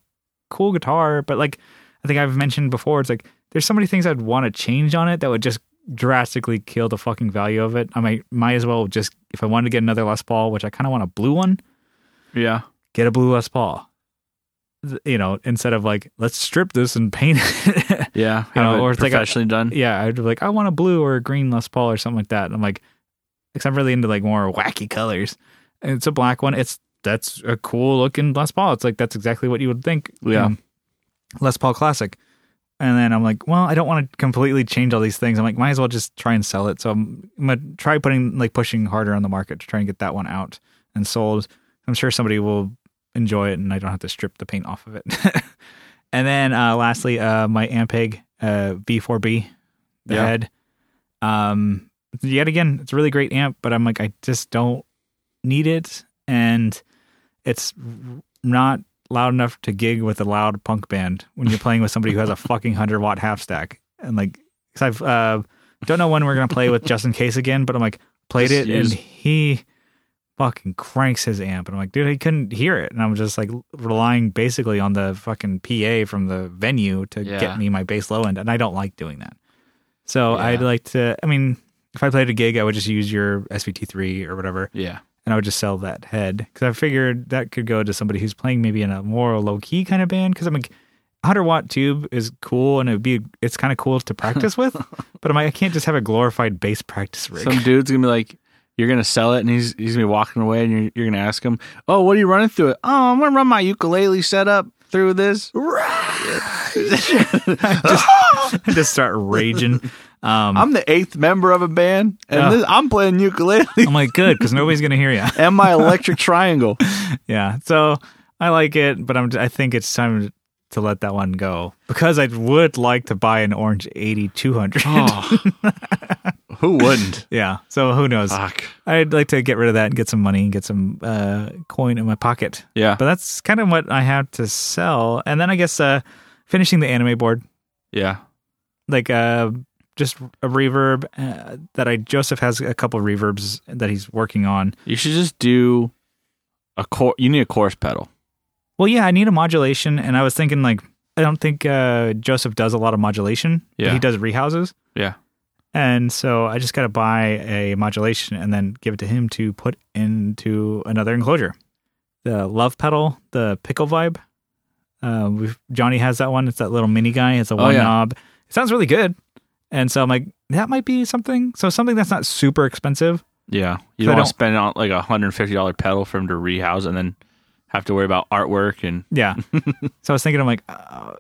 Speaker 1: cool guitar. But like, I think I've mentioned before, it's like there's so many things I'd want to change on it that would just drastically kill the fucking value of it. I might might as well just if I wanted to get another Les Paul, which I kind of want a blue one,
Speaker 2: Yeah.
Speaker 1: get a blue Les Paul. Th- You know, instead of like let's strip this and paint it. *laughs*
Speaker 2: Yeah.
Speaker 1: You know,
Speaker 2: Have it
Speaker 1: or it's like a-
Speaker 2: professionally done.
Speaker 1: yeah, I'd be like I want a blue or a green Les Paul or something like that. And I'm like, because I'm really into like more wacky colors. And it's a black one. It's that's a cool looking Les Paul. It's like that's exactly what you would think.
Speaker 2: Yeah.
Speaker 1: Um, Les Paul classic. And then I'm like, well, I don't want to completely change all these things. I'm like, might as well just try and sell it. So I'm, I'm gonna try putting like pushing harder on the market to try and get that one out and sold. I'm sure somebody will enjoy it, and I don't have to strip the paint off of it. *laughs* and then uh, lastly, uh, my Ampeg uh, V4B, the
Speaker 2: Yeah.
Speaker 1: head. Um, yet again, it's a really great amp, but I'm like, I just don't need it, and it's not loud enough to gig with a loud punk band when you're playing with somebody who has a fucking hundred watt half stack. And like, i I've uh, don't know when we're gonna play with Justin Case again, but I'm like played
Speaker 2: Just
Speaker 1: it and
Speaker 2: use-
Speaker 1: he fucking cranks his amp. And I'm like, dude, he couldn't hear it. And I'm just like relying basically on the fucking PA from the venue to
Speaker 2: Yeah.
Speaker 1: get me my bass low end. And I don't like doing that. So
Speaker 2: Yeah.
Speaker 1: I'd like to, I mean, if I played a gig, I would just use your SVT3 or whatever
Speaker 2: Yeah.
Speaker 1: and I would just sell that head because I figured that could go to somebody who's playing maybe in a more low key kind of band. Because I'm like, 100 watt tube is cool and it would be it's kind of cool to practice
Speaker 2: *laughs*
Speaker 1: with, but I'm like, I can't just have a glorified bass practice rig. *laughs*
Speaker 2: Some dude's gonna be like, "You're gonna sell it," and he's he's gonna be walking away, and you're you're gonna ask him, "Oh, what are you running through it? Oh, I'm gonna run my ukulele setup through this."
Speaker 1: just start
Speaker 2: *laughs*
Speaker 1: raging. Um, I'm,
Speaker 2: I'm the eighth member of a band, and
Speaker 1: Yeah.
Speaker 2: this, I'm playing ukulele *laughs*
Speaker 1: *laughs* like, good because nobody's gonna hear you.
Speaker 2: and my electric *laughs* triangle.
Speaker 1: *laughs* yeah, so I like it, but I'm I think it's time to let that one go because I would like to buy an orange 8200.
Speaker 2: Oh. *laughs* Who wouldn't?
Speaker 1: *laughs* yeah, so who knows?
Speaker 2: Fuck.
Speaker 1: I'd like to get rid of that and get some money and get some uh, coin in my pocket.
Speaker 2: Yeah.
Speaker 1: But that's kind of what I have to sell. And then I guess uh, finishing the anime board,
Speaker 2: Yeah.
Speaker 1: like uh, just a reverb uh, that I Joseph has a couple reverbs that he's working on.
Speaker 2: You should just do a cor- You need a chorus pedal.
Speaker 1: Well, yeah, I need a modulation, and I was thinking like I don't think uh, Joseph does a lot of modulation. but
Speaker 2: Yeah.
Speaker 1: he does rehouses.
Speaker 2: Yeah.
Speaker 1: And so I just got to buy a modulation and then give it to him to put into another enclosure. The love pedal, the pickle vibe. Uh, we've, Johnny has that one. It's that little mini guy. It's a
Speaker 2: Oh,
Speaker 1: one
Speaker 2: yeah.
Speaker 1: knob. It sounds really good. And so I'm like, that might be something. So something that's not super expensive.
Speaker 2: Yeah. You
Speaker 1: So I
Speaker 2: don't, want
Speaker 1: don't-
Speaker 2: to spend on like a hundred and fifty dollar pedal for him to rehouse, and then have to worry about artwork and *laughs*
Speaker 1: Yeah. so I was thinking, I'm like, uh,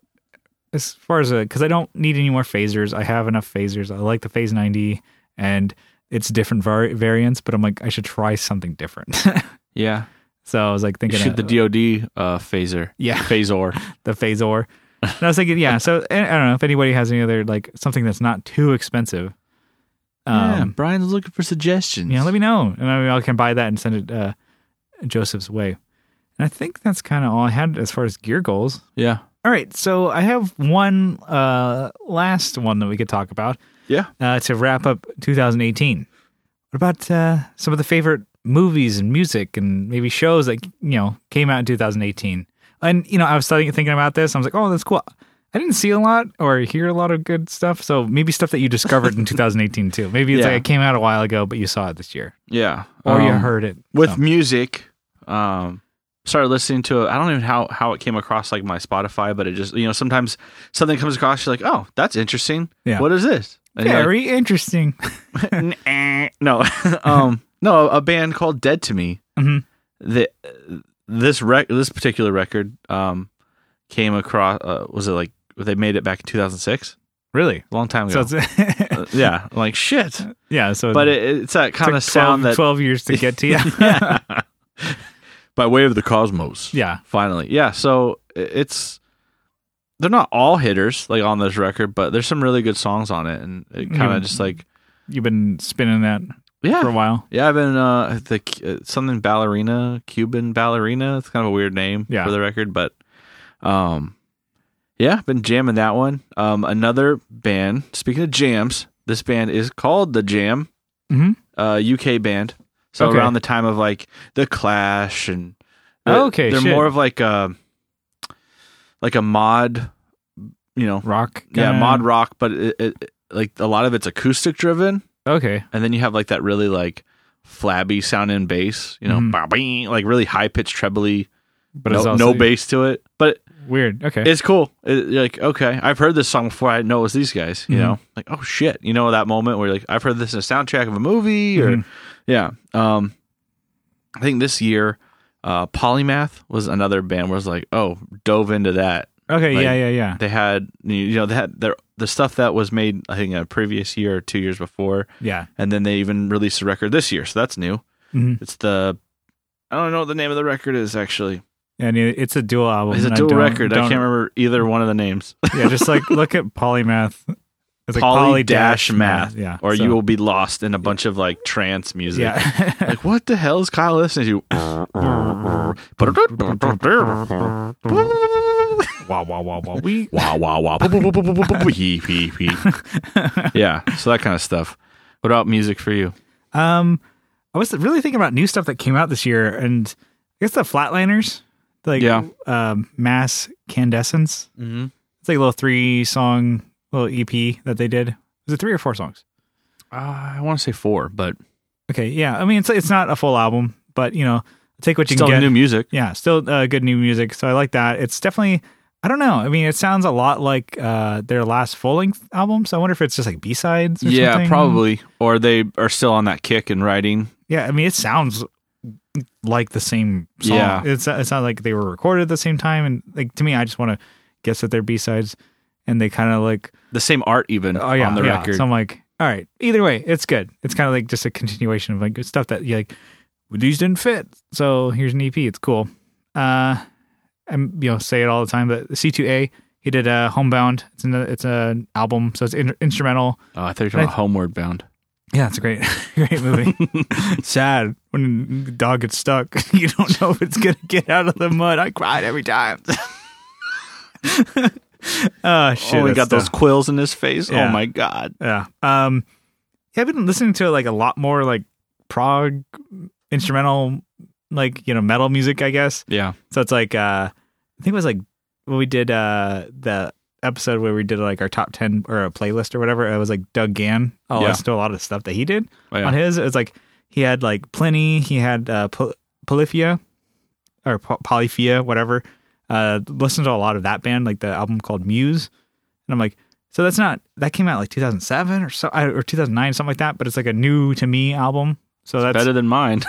Speaker 1: as far as because I don't need any more phasers. I have enough phasers. I like the phase 90 and it's different var- variants, but I'm like, I should try something different. *laughs*
Speaker 2: yeah.
Speaker 1: So I was like
Speaker 2: You
Speaker 1: thinking
Speaker 2: shoot
Speaker 1: of-
Speaker 2: the DoD uh, phaser.
Speaker 1: yeah *laughs*
Speaker 2: Phasor.
Speaker 1: the phasor. And I was thinking
Speaker 2: *laughs*
Speaker 1: yeah. So and I don't know if anybody has any other like something that's not too expensive.
Speaker 2: yeah,
Speaker 1: Um,
Speaker 2: Brian's looking for suggestions.
Speaker 1: yeah. let me know, and I, I can buy that and send it uh, Joseph's way. And I think that's kind of all I had as far as gear goals.
Speaker 2: yeah,
Speaker 1: All right, so I have one uh, last one that we could talk about
Speaker 2: yeah.
Speaker 1: uh, to wrap up 2018. What about uh, some of the favorite movies and music and maybe shows that you know came out in 2018? And you know, I was starting thinking about this. I was like, oh, that's cool. I didn't see a lot or hear a lot of good stuff. So maybe stuff that you discovered
Speaker 2: *laughs*
Speaker 1: in 2018 too. Maybe it's
Speaker 2: Yeah.
Speaker 1: like it came out a while ago, but you saw it this year
Speaker 2: Yeah.
Speaker 1: or you
Speaker 2: Um,
Speaker 1: heard it.
Speaker 2: with
Speaker 1: So,
Speaker 2: music. Um, started listening to. I I don't even know how how it came across like my Spotify, but it just you know sometimes something comes across. You're like, oh, that's interesting.
Speaker 1: Yeah.
Speaker 2: What is this? And you're
Speaker 1: very interesting.
Speaker 2: like, *laughs* "Nah." no, um, no, a band called Dead to Me.
Speaker 1: Mhm.
Speaker 2: The this rec this particular record um came across. Uh, was it like they made it back in 2006?
Speaker 1: really?
Speaker 2: A long time
Speaker 1: So
Speaker 2: ago.
Speaker 1: it's *laughs*
Speaker 2: Uh, yeah, like shit.
Speaker 1: yeah. So
Speaker 2: But it, it's that
Speaker 1: took
Speaker 2: kind of
Speaker 1: 12
Speaker 2: sound *laughs* that
Speaker 1: 12 years to get to you.
Speaker 2: by way of the cosmos.
Speaker 1: yeah.
Speaker 2: Finally. Yeah. So i- it's, they're not all hitters like on this record, but there's some really good songs on it. And it kind
Speaker 1: Mhm.
Speaker 2: of just like,
Speaker 1: You've been spinning that for a
Speaker 2: yeah.
Speaker 1: while.
Speaker 2: Yeah. I've been, uh, the uh, something ballerina, Cuban ballerina. It's kind of a weird name
Speaker 1: Yeah.
Speaker 2: for the record, but, um, yeah, been jamming that one. Um, another band, speaking of jams, this band is called The Jam.
Speaker 1: Mm-hmm.
Speaker 2: uh, UK band. So
Speaker 1: Okay.
Speaker 2: around the time of like the Clash and the-
Speaker 1: Oh, Okay,
Speaker 2: they're
Speaker 1: shit.
Speaker 2: more of like a like a mod, you know,
Speaker 1: Rock.
Speaker 2: yeah,
Speaker 1: kinda-
Speaker 2: mod rock, but it, it, it- like a lot of it's acoustic driven,
Speaker 1: Okay.
Speaker 2: and then you have like that really like flabby sound and bass, you know,
Speaker 1: Mhm.
Speaker 2: bah, bing, like really high pitched trebly,
Speaker 1: But
Speaker 2: no,
Speaker 1: it's also
Speaker 2: no bass to it, but
Speaker 1: Weird. Okay.
Speaker 2: it's cool. It, you're like, okay, I've heard this song before. I didn't know it was these guys. You
Speaker 1: Mhm.
Speaker 2: know, like, oh shit. You know that moment where you're like, I've heard this in a soundtrack of a movie, or
Speaker 1: Mhm.
Speaker 2: yeah. Um, I think this year, uh, Polymath was another band where I was like, oh, dove into that.
Speaker 1: okay.
Speaker 2: like-
Speaker 1: yeah. Yeah. Yeah.
Speaker 2: They had you know they had their the stuff that was made I think a previous year or two years before,
Speaker 1: Yeah.
Speaker 2: and then they even released a record this year, so that's new.
Speaker 1: Mhm.
Speaker 2: It's the I don't know what the name of the record is actually.
Speaker 1: And it, it's a dual album.
Speaker 2: It's a
Speaker 1: and I
Speaker 2: dual
Speaker 1: don't-
Speaker 2: record. I
Speaker 1: don't-
Speaker 2: can't remember either one of the names.
Speaker 1: yeah. Just like look at polymath. It's like
Speaker 2: Poly
Speaker 1: poly
Speaker 2: dash math,
Speaker 1: Yeah.
Speaker 2: or
Speaker 1: so-
Speaker 2: you will be lost in a bunch of like trance
Speaker 1: *laughs*
Speaker 2: music.
Speaker 1: Yeah.
Speaker 2: Like what the hell is Kyle listening to?
Speaker 1: wow. Wow. Wow. Wow. We.
Speaker 2: wow wow *laughs* wow. yeah, so that kind of stuff. What about music for you?
Speaker 1: *laughs* Um. I was really thinking about new stuff that came out this year, and I guess the Flatliners, like
Speaker 2: Yeah.
Speaker 1: um, Mass Candescence.
Speaker 2: Mm-hmm.
Speaker 1: It's like a little three song, little EP that they did. Was it three or four songs?
Speaker 2: Uh, I want to say four, but
Speaker 1: Okay, yeah. I mean, it's it's not a full album, but you know, take what you
Speaker 2: still
Speaker 1: can get.
Speaker 2: new music.
Speaker 1: yeah, still uh, good new music. So I like that. It's definitely. I don't know. I mean, it sounds a lot like uh, their last full length album. So I wonder if it's just like B sides.
Speaker 2: Yeah,
Speaker 1: something.
Speaker 2: probably. Or they are still on that kick and writing.
Speaker 1: Yeah, I mean, it sounds like the same song.
Speaker 2: Yeah.
Speaker 1: It's it's not like they were recorded at the same time. And like to me, I just want to guess that they're B sides, and they kind of like
Speaker 2: The same art even
Speaker 1: oh yeah,
Speaker 2: on the
Speaker 1: yeah.
Speaker 2: record.
Speaker 1: So I'm like, all right. Either way, it's good. It's kind of like just a continuation of like good stuff that you like. well, These didn't fit, so here's an EP. It's cool. Uh, I'm you know say it all the time, but C2A he did uh, Homebound. It's an it's an album, so it's in- instrumental.
Speaker 2: oh, I thought you were talking about Homeward *laughs* Bound.
Speaker 1: Yeah, it's a great, *laughs* great
Speaker 2: *laughs*
Speaker 1: movie. Sad when the dog gets stuck. *laughs* You don't know if it's gonna get out of the mud. I cried every time. *laughs* oh shit!
Speaker 2: oh, he
Speaker 1: that's
Speaker 2: got those
Speaker 1: the-
Speaker 2: quills in his face.
Speaker 1: Yeah.
Speaker 2: Oh my god.
Speaker 1: Yeah. Um. Yeah, I've been listening to like a lot more like prog instrumental, like you know metal music. I guess
Speaker 2: Yeah.
Speaker 1: so. It's like uh, I think it was like when we did uh the episode where we did like our top ten or a playlist or whatever. It was like Doug Gann. Oh, I
Speaker 2: Yeah.
Speaker 1: listened to a lot of stuff that he did
Speaker 2: Oh, yeah.
Speaker 1: on his. It's like he had like Pliny, he had uh, Pol- Polyphia or po- Polyphia, whatever. Uh, listened to a lot of that band, like the album called Muse, and I'm like, so that's not that came out like 2007 or so I- or 2009, something like that. But it's like a new to me album, so that's
Speaker 2: Better than mine.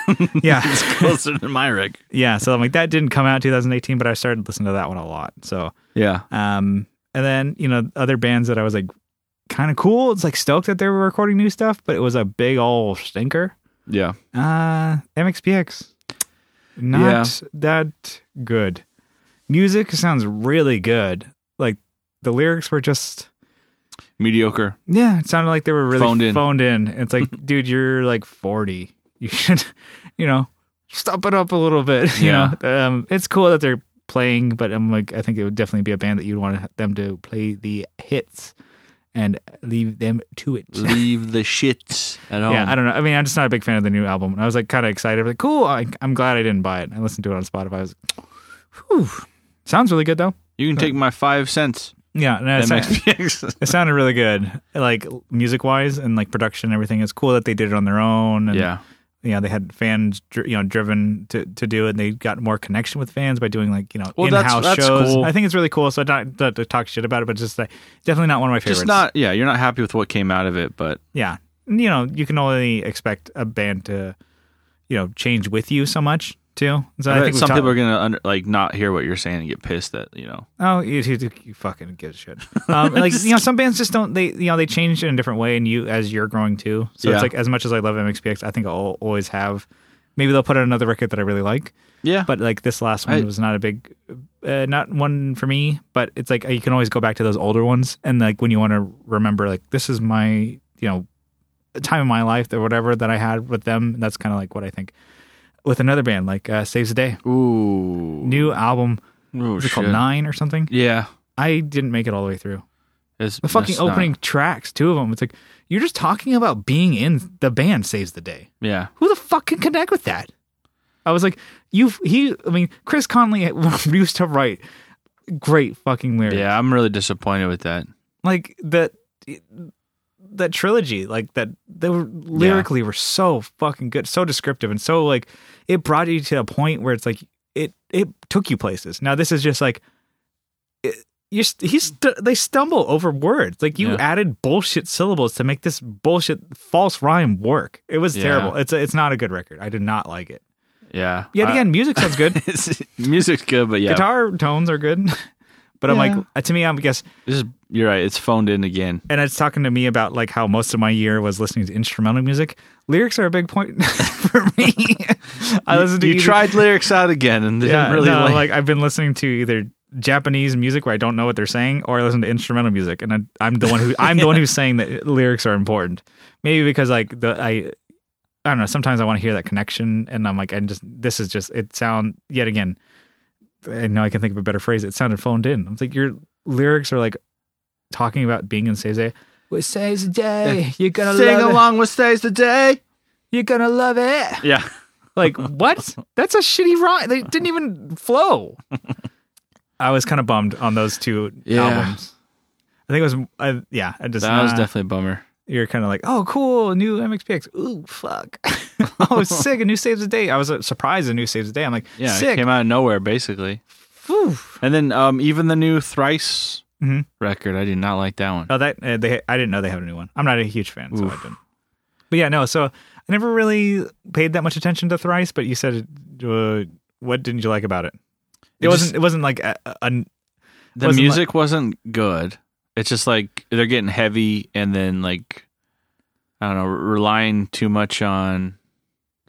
Speaker 1: yeah,
Speaker 2: *laughs*
Speaker 1: *laughs*
Speaker 2: it's *laughs* closer than my record.
Speaker 1: yeah. So I'm like, that didn't come out in 2018, but I started listening to that one a lot. So
Speaker 2: Yeah.
Speaker 1: um, and then you know other bands that I was like kind of cool. It's like stoked that they were recording new stuff, but it was a big old stinker.
Speaker 2: Yeah.
Speaker 1: Uh, MXPX. Not that good. Music sounds really good. Like the lyrics were just
Speaker 2: Mediocre.
Speaker 1: yeah, it sounded like they were really
Speaker 2: Phoned in.
Speaker 1: in. It's
Speaker 2: *laughs*
Speaker 1: like, dude, you're like 40. You should, *laughs* you know, stop it up a little bit. *laughs* You
Speaker 2: Yeah.
Speaker 1: know, um, it's cool that they're playing, but I'm like, I think it would definitely be a band that you'd want them to play the hits and leave them to it.
Speaker 2: Leave the shit at home.
Speaker 1: Yeah, I don't know. I mean, I'm just not a big fan of the new album. And I was like kind of excited. Like, cool. I, I'm glad I didn't buy it. I listened to it on Spotify. I was like, whew. Sounds really good though.
Speaker 2: you can take my five cents.
Speaker 1: Yeah, and it, sound-
Speaker 2: *laughs* MXPX.
Speaker 1: it sounded really good, like music wise and like production and everything. It's cool that they did it on their own. And,
Speaker 2: yeah.
Speaker 1: you know they had fans, dr- you know, driven to, to do it. and They got more connection with fans by doing like you know
Speaker 2: Well, that's-
Speaker 1: in-house
Speaker 2: that's
Speaker 1: shows.
Speaker 2: cool.
Speaker 1: I think it's really cool. So I don't not to talk shit about it, but just like definitely not one of my favorites.
Speaker 2: Just not. Yeah. You're not happy with what came out of it, but
Speaker 1: yeah you know you can only expect a band to you know change with you so much too so i,
Speaker 2: I
Speaker 1: think
Speaker 2: some people are gonna under, like not hear what you're saying and get pissed that you know.
Speaker 1: oh you, you, you fucking give a shit um, like you know some bands just don't they you know they change in a different way and you as you're growing too so
Speaker 2: Yeah.
Speaker 1: it's like as much as i love mxpx i think i'll always have maybe they'll put out another record that i really like
Speaker 2: Yeah.
Speaker 1: but like this last one
Speaker 2: I-
Speaker 1: was not a big uh, not one for me but it's like you can always go back to those older ones and like when you want to remember like this is my you know time in my life or whatever that i had with them that's kind of like what i think with another band like uh, saves the day
Speaker 2: ooh.
Speaker 1: new album
Speaker 2: Ooh,
Speaker 1: is it called
Speaker 2: shit.
Speaker 1: nine or something
Speaker 2: Yeah.
Speaker 1: i didn't make it all the way through
Speaker 2: It's,
Speaker 1: the fucking
Speaker 2: it's not-
Speaker 1: opening tracks two of them it's like you're just talking about being in the band saves the day
Speaker 2: Yeah.
Speaker 1: who the fuck can connect with that? I was like, you, he, I mean, Chris Conley *laughs* used to write great fucking lyrics.
Speaker 2: Yeah. I'm really disappointed with that.
Speaker 1: Like that, that trilogy, like that, they were lyrically were so fucking good, so descriptive, and so like it brought you to a point where it's like it, it took you places. Now, this is just like, it, you, st- he's, st- they stumble over words. Like you
Speaker 2: Yeah.
Speaker 1: added bullshit syllables to make this bullshit false rhyme work. It was
Speaker 2: Yeah.
Speaker 1: terrible. It's, a, it's not a good record. I did not like it.
Speaker 2: Yeah.
Speaker 1: Yet
Speaker 2: *laughs*
Speaker 1: again, music sounds good.
Speaker 2: I- music's good, but yeah,
Speaker 1: Guitar tones are good. *laughs* But I'm
Speaker 2: Yeah.
Speaker 1: like, uh, to me, I guess,
Speaker 2: this is you're right. It's phoned in again.
Speaker 1: and it's talking to me about like how most of my year was listening to instrumental music. Lyrics are a big point *laughs* for me. I listen to E
Speaker 2: you
Speaker 1: either-
Speaker 2: tried lyrics out again and they
Speaker 1: yeah,
Speaker 2: didn't really
Speaker 1: no,
Speaker 2: like,
Speaker 1: like I've been listening to either Japanese music where I don't know what they're saying, or I listen to instrumental music, and I, I'm the one who I'm the one who's saying that *laughs* lyrics are important. Maybe because like the I. I don't know. Sometimes I want to hear that connection, and I'm like, and just this is just it. Sound yet again. I know I can think of a better phrase. It sounded phoned in. It's like your lyrics are like talking about being in Saves Day. Well, Saves the day. You're gonna
Speaker 2: sing
Speaker 1: love it.
Speaker 2: along with stays the day.
Speaker 1: You're gonna love it.
Speaker 2: Yeah.
Speaker 1: *laughs* Like what? That's a shitty rhyme. They didn't even flow. I was kind of bummed on those two
Speaker 2: Yeah.
Speaker 1: albums. I think it was I, yeah. I just
Speaker 2: That was
Speaker 1: nah.
Speaker 2: definitely a bummer.
Speaker 1: you're kind of like oh cool new MXPX. Ooh fuck. *laughs* oh sick. A new saves the day. I was uh, surprised a new saves the day. I'm like
Speaker 2: Yeah, it
Speaker 1: sick.
Speaker 2: came out of nowhere basically.
Speaker 1: Whew.
Speaker 2: And then um, even the new Thrice
Speaker 1: Mhm.
Speaker 2: record, I did not like that one.
Speaker 1: Oh, that uh, they I didn't know they had a new one. I'm not a huge fan, so I
Speaker 2: Oof.
Speaker 1: didn't. But yeah, no. So I never really paid that much attention to Thrice. But you said, uh, what didn't you like about it? It,
Speaker 2: It
Speaker 1: wasn't.
Speaker 2: just-
Speaker 1: it wasn't like a, a, a-
Speaker 2: the
Speaker 1: wasn't
Speaker 2: music wasn't good. It's just like they're getting heavy and then like I don't know, relying too much on.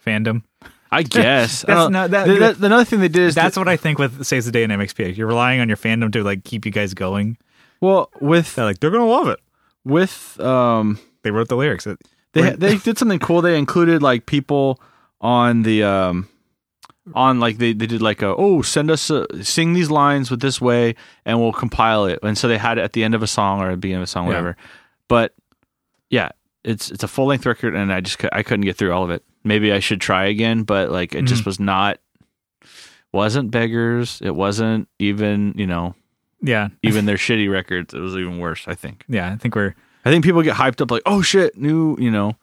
Speaker 1: fandom. *laughs*
Speaker 2: I guess
Speaker 1: That's
Speaker 2: I don't-
Speaker 1: not- that-
Speaker 2: the- the- another thing they did is
Speaker 1: That's
Speaker 2: that-
Speaker 1: what I think with Saves the Day and MXPX. You're relying on your fandom to like keep you guys going.
Speaker 2: well with
Speaker 1: They're like they're gonna love it.
Speaker 2: with um
Speaker 1: They wrote the lyrics. It-
Speaker 2: they
Speaker 1: Right.
Speaker 2: they did something cool. They included like people on the um on like they, they did like a oh send us a, sing these lines with this way and we'll compile it. And so they had it at the end of a song or at the beginning of a song,
Speaker 1: Yeah.
Speaker 2: whatever. But yeah, it's it's a full length record, and I just cou- I couldn't get through all of it. Maybe I should try again, but like it
Speaker 1: Mm-hmm.
Speaker 2: just was not wasn't beggars. It wasn't even you know
Speaker 1: yeah, *laughs*
Speaker 2: even their shitty records. It was even worse. I think.
Speaker 1: yeah. I think we're
Speaker 2: I think people get hyped up like oh shit new you know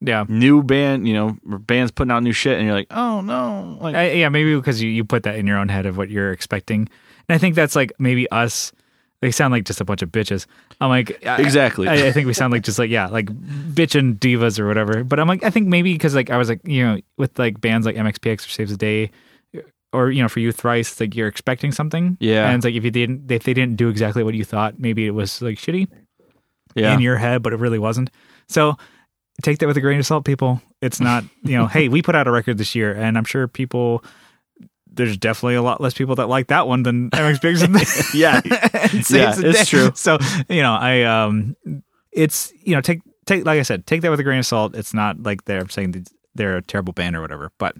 Speaker 1: yeah.
Speaker 2: new band, you know, bands putting out new shit, and you're like, oh no, like
Speaker 1: I, yeah, maybe because you, you put that in your own head of what you're expecting, and I think that's like maybe us. They sound like just a bunch of bitches. I'm like I-
Speaker 2: exactly.
Speaker 1: I, I think we sound like just like yeah, like bitchin' divas or whatever. But I'm like, I think maybe because like I was like you know with like bands like MXPX or Saves the Day, or you know for you thrice like you're expecting something.
Speaker 2: Yeah.
Speaker 1: and it's like if you didn't if they didn't do exactly what you thought, maybe it was like shitty
Speaker 2: yeah,
Speaker 1: in your head, but it really wasn't. So take that with a grain of salt, people. It's not you know hey we put out a record this year, and I'm sure people. There's definitely a lot less people that like that one than MXPX. *laughs*
Speaker 2: *laughs*
Speaker 1: and-
Speaker 2: yeah,
Speaker 1: and saves
Speaker 2: Yeah,
Speaker 1: the
Speaker 2: it's
Speaker 1: day.
Speaker 2: true.
Speaker 1: *laughs* So you know, I um, it's you know, take take like I said, take that with a grain of salt. It's not like they're saying that they're a terrible band or whatever. But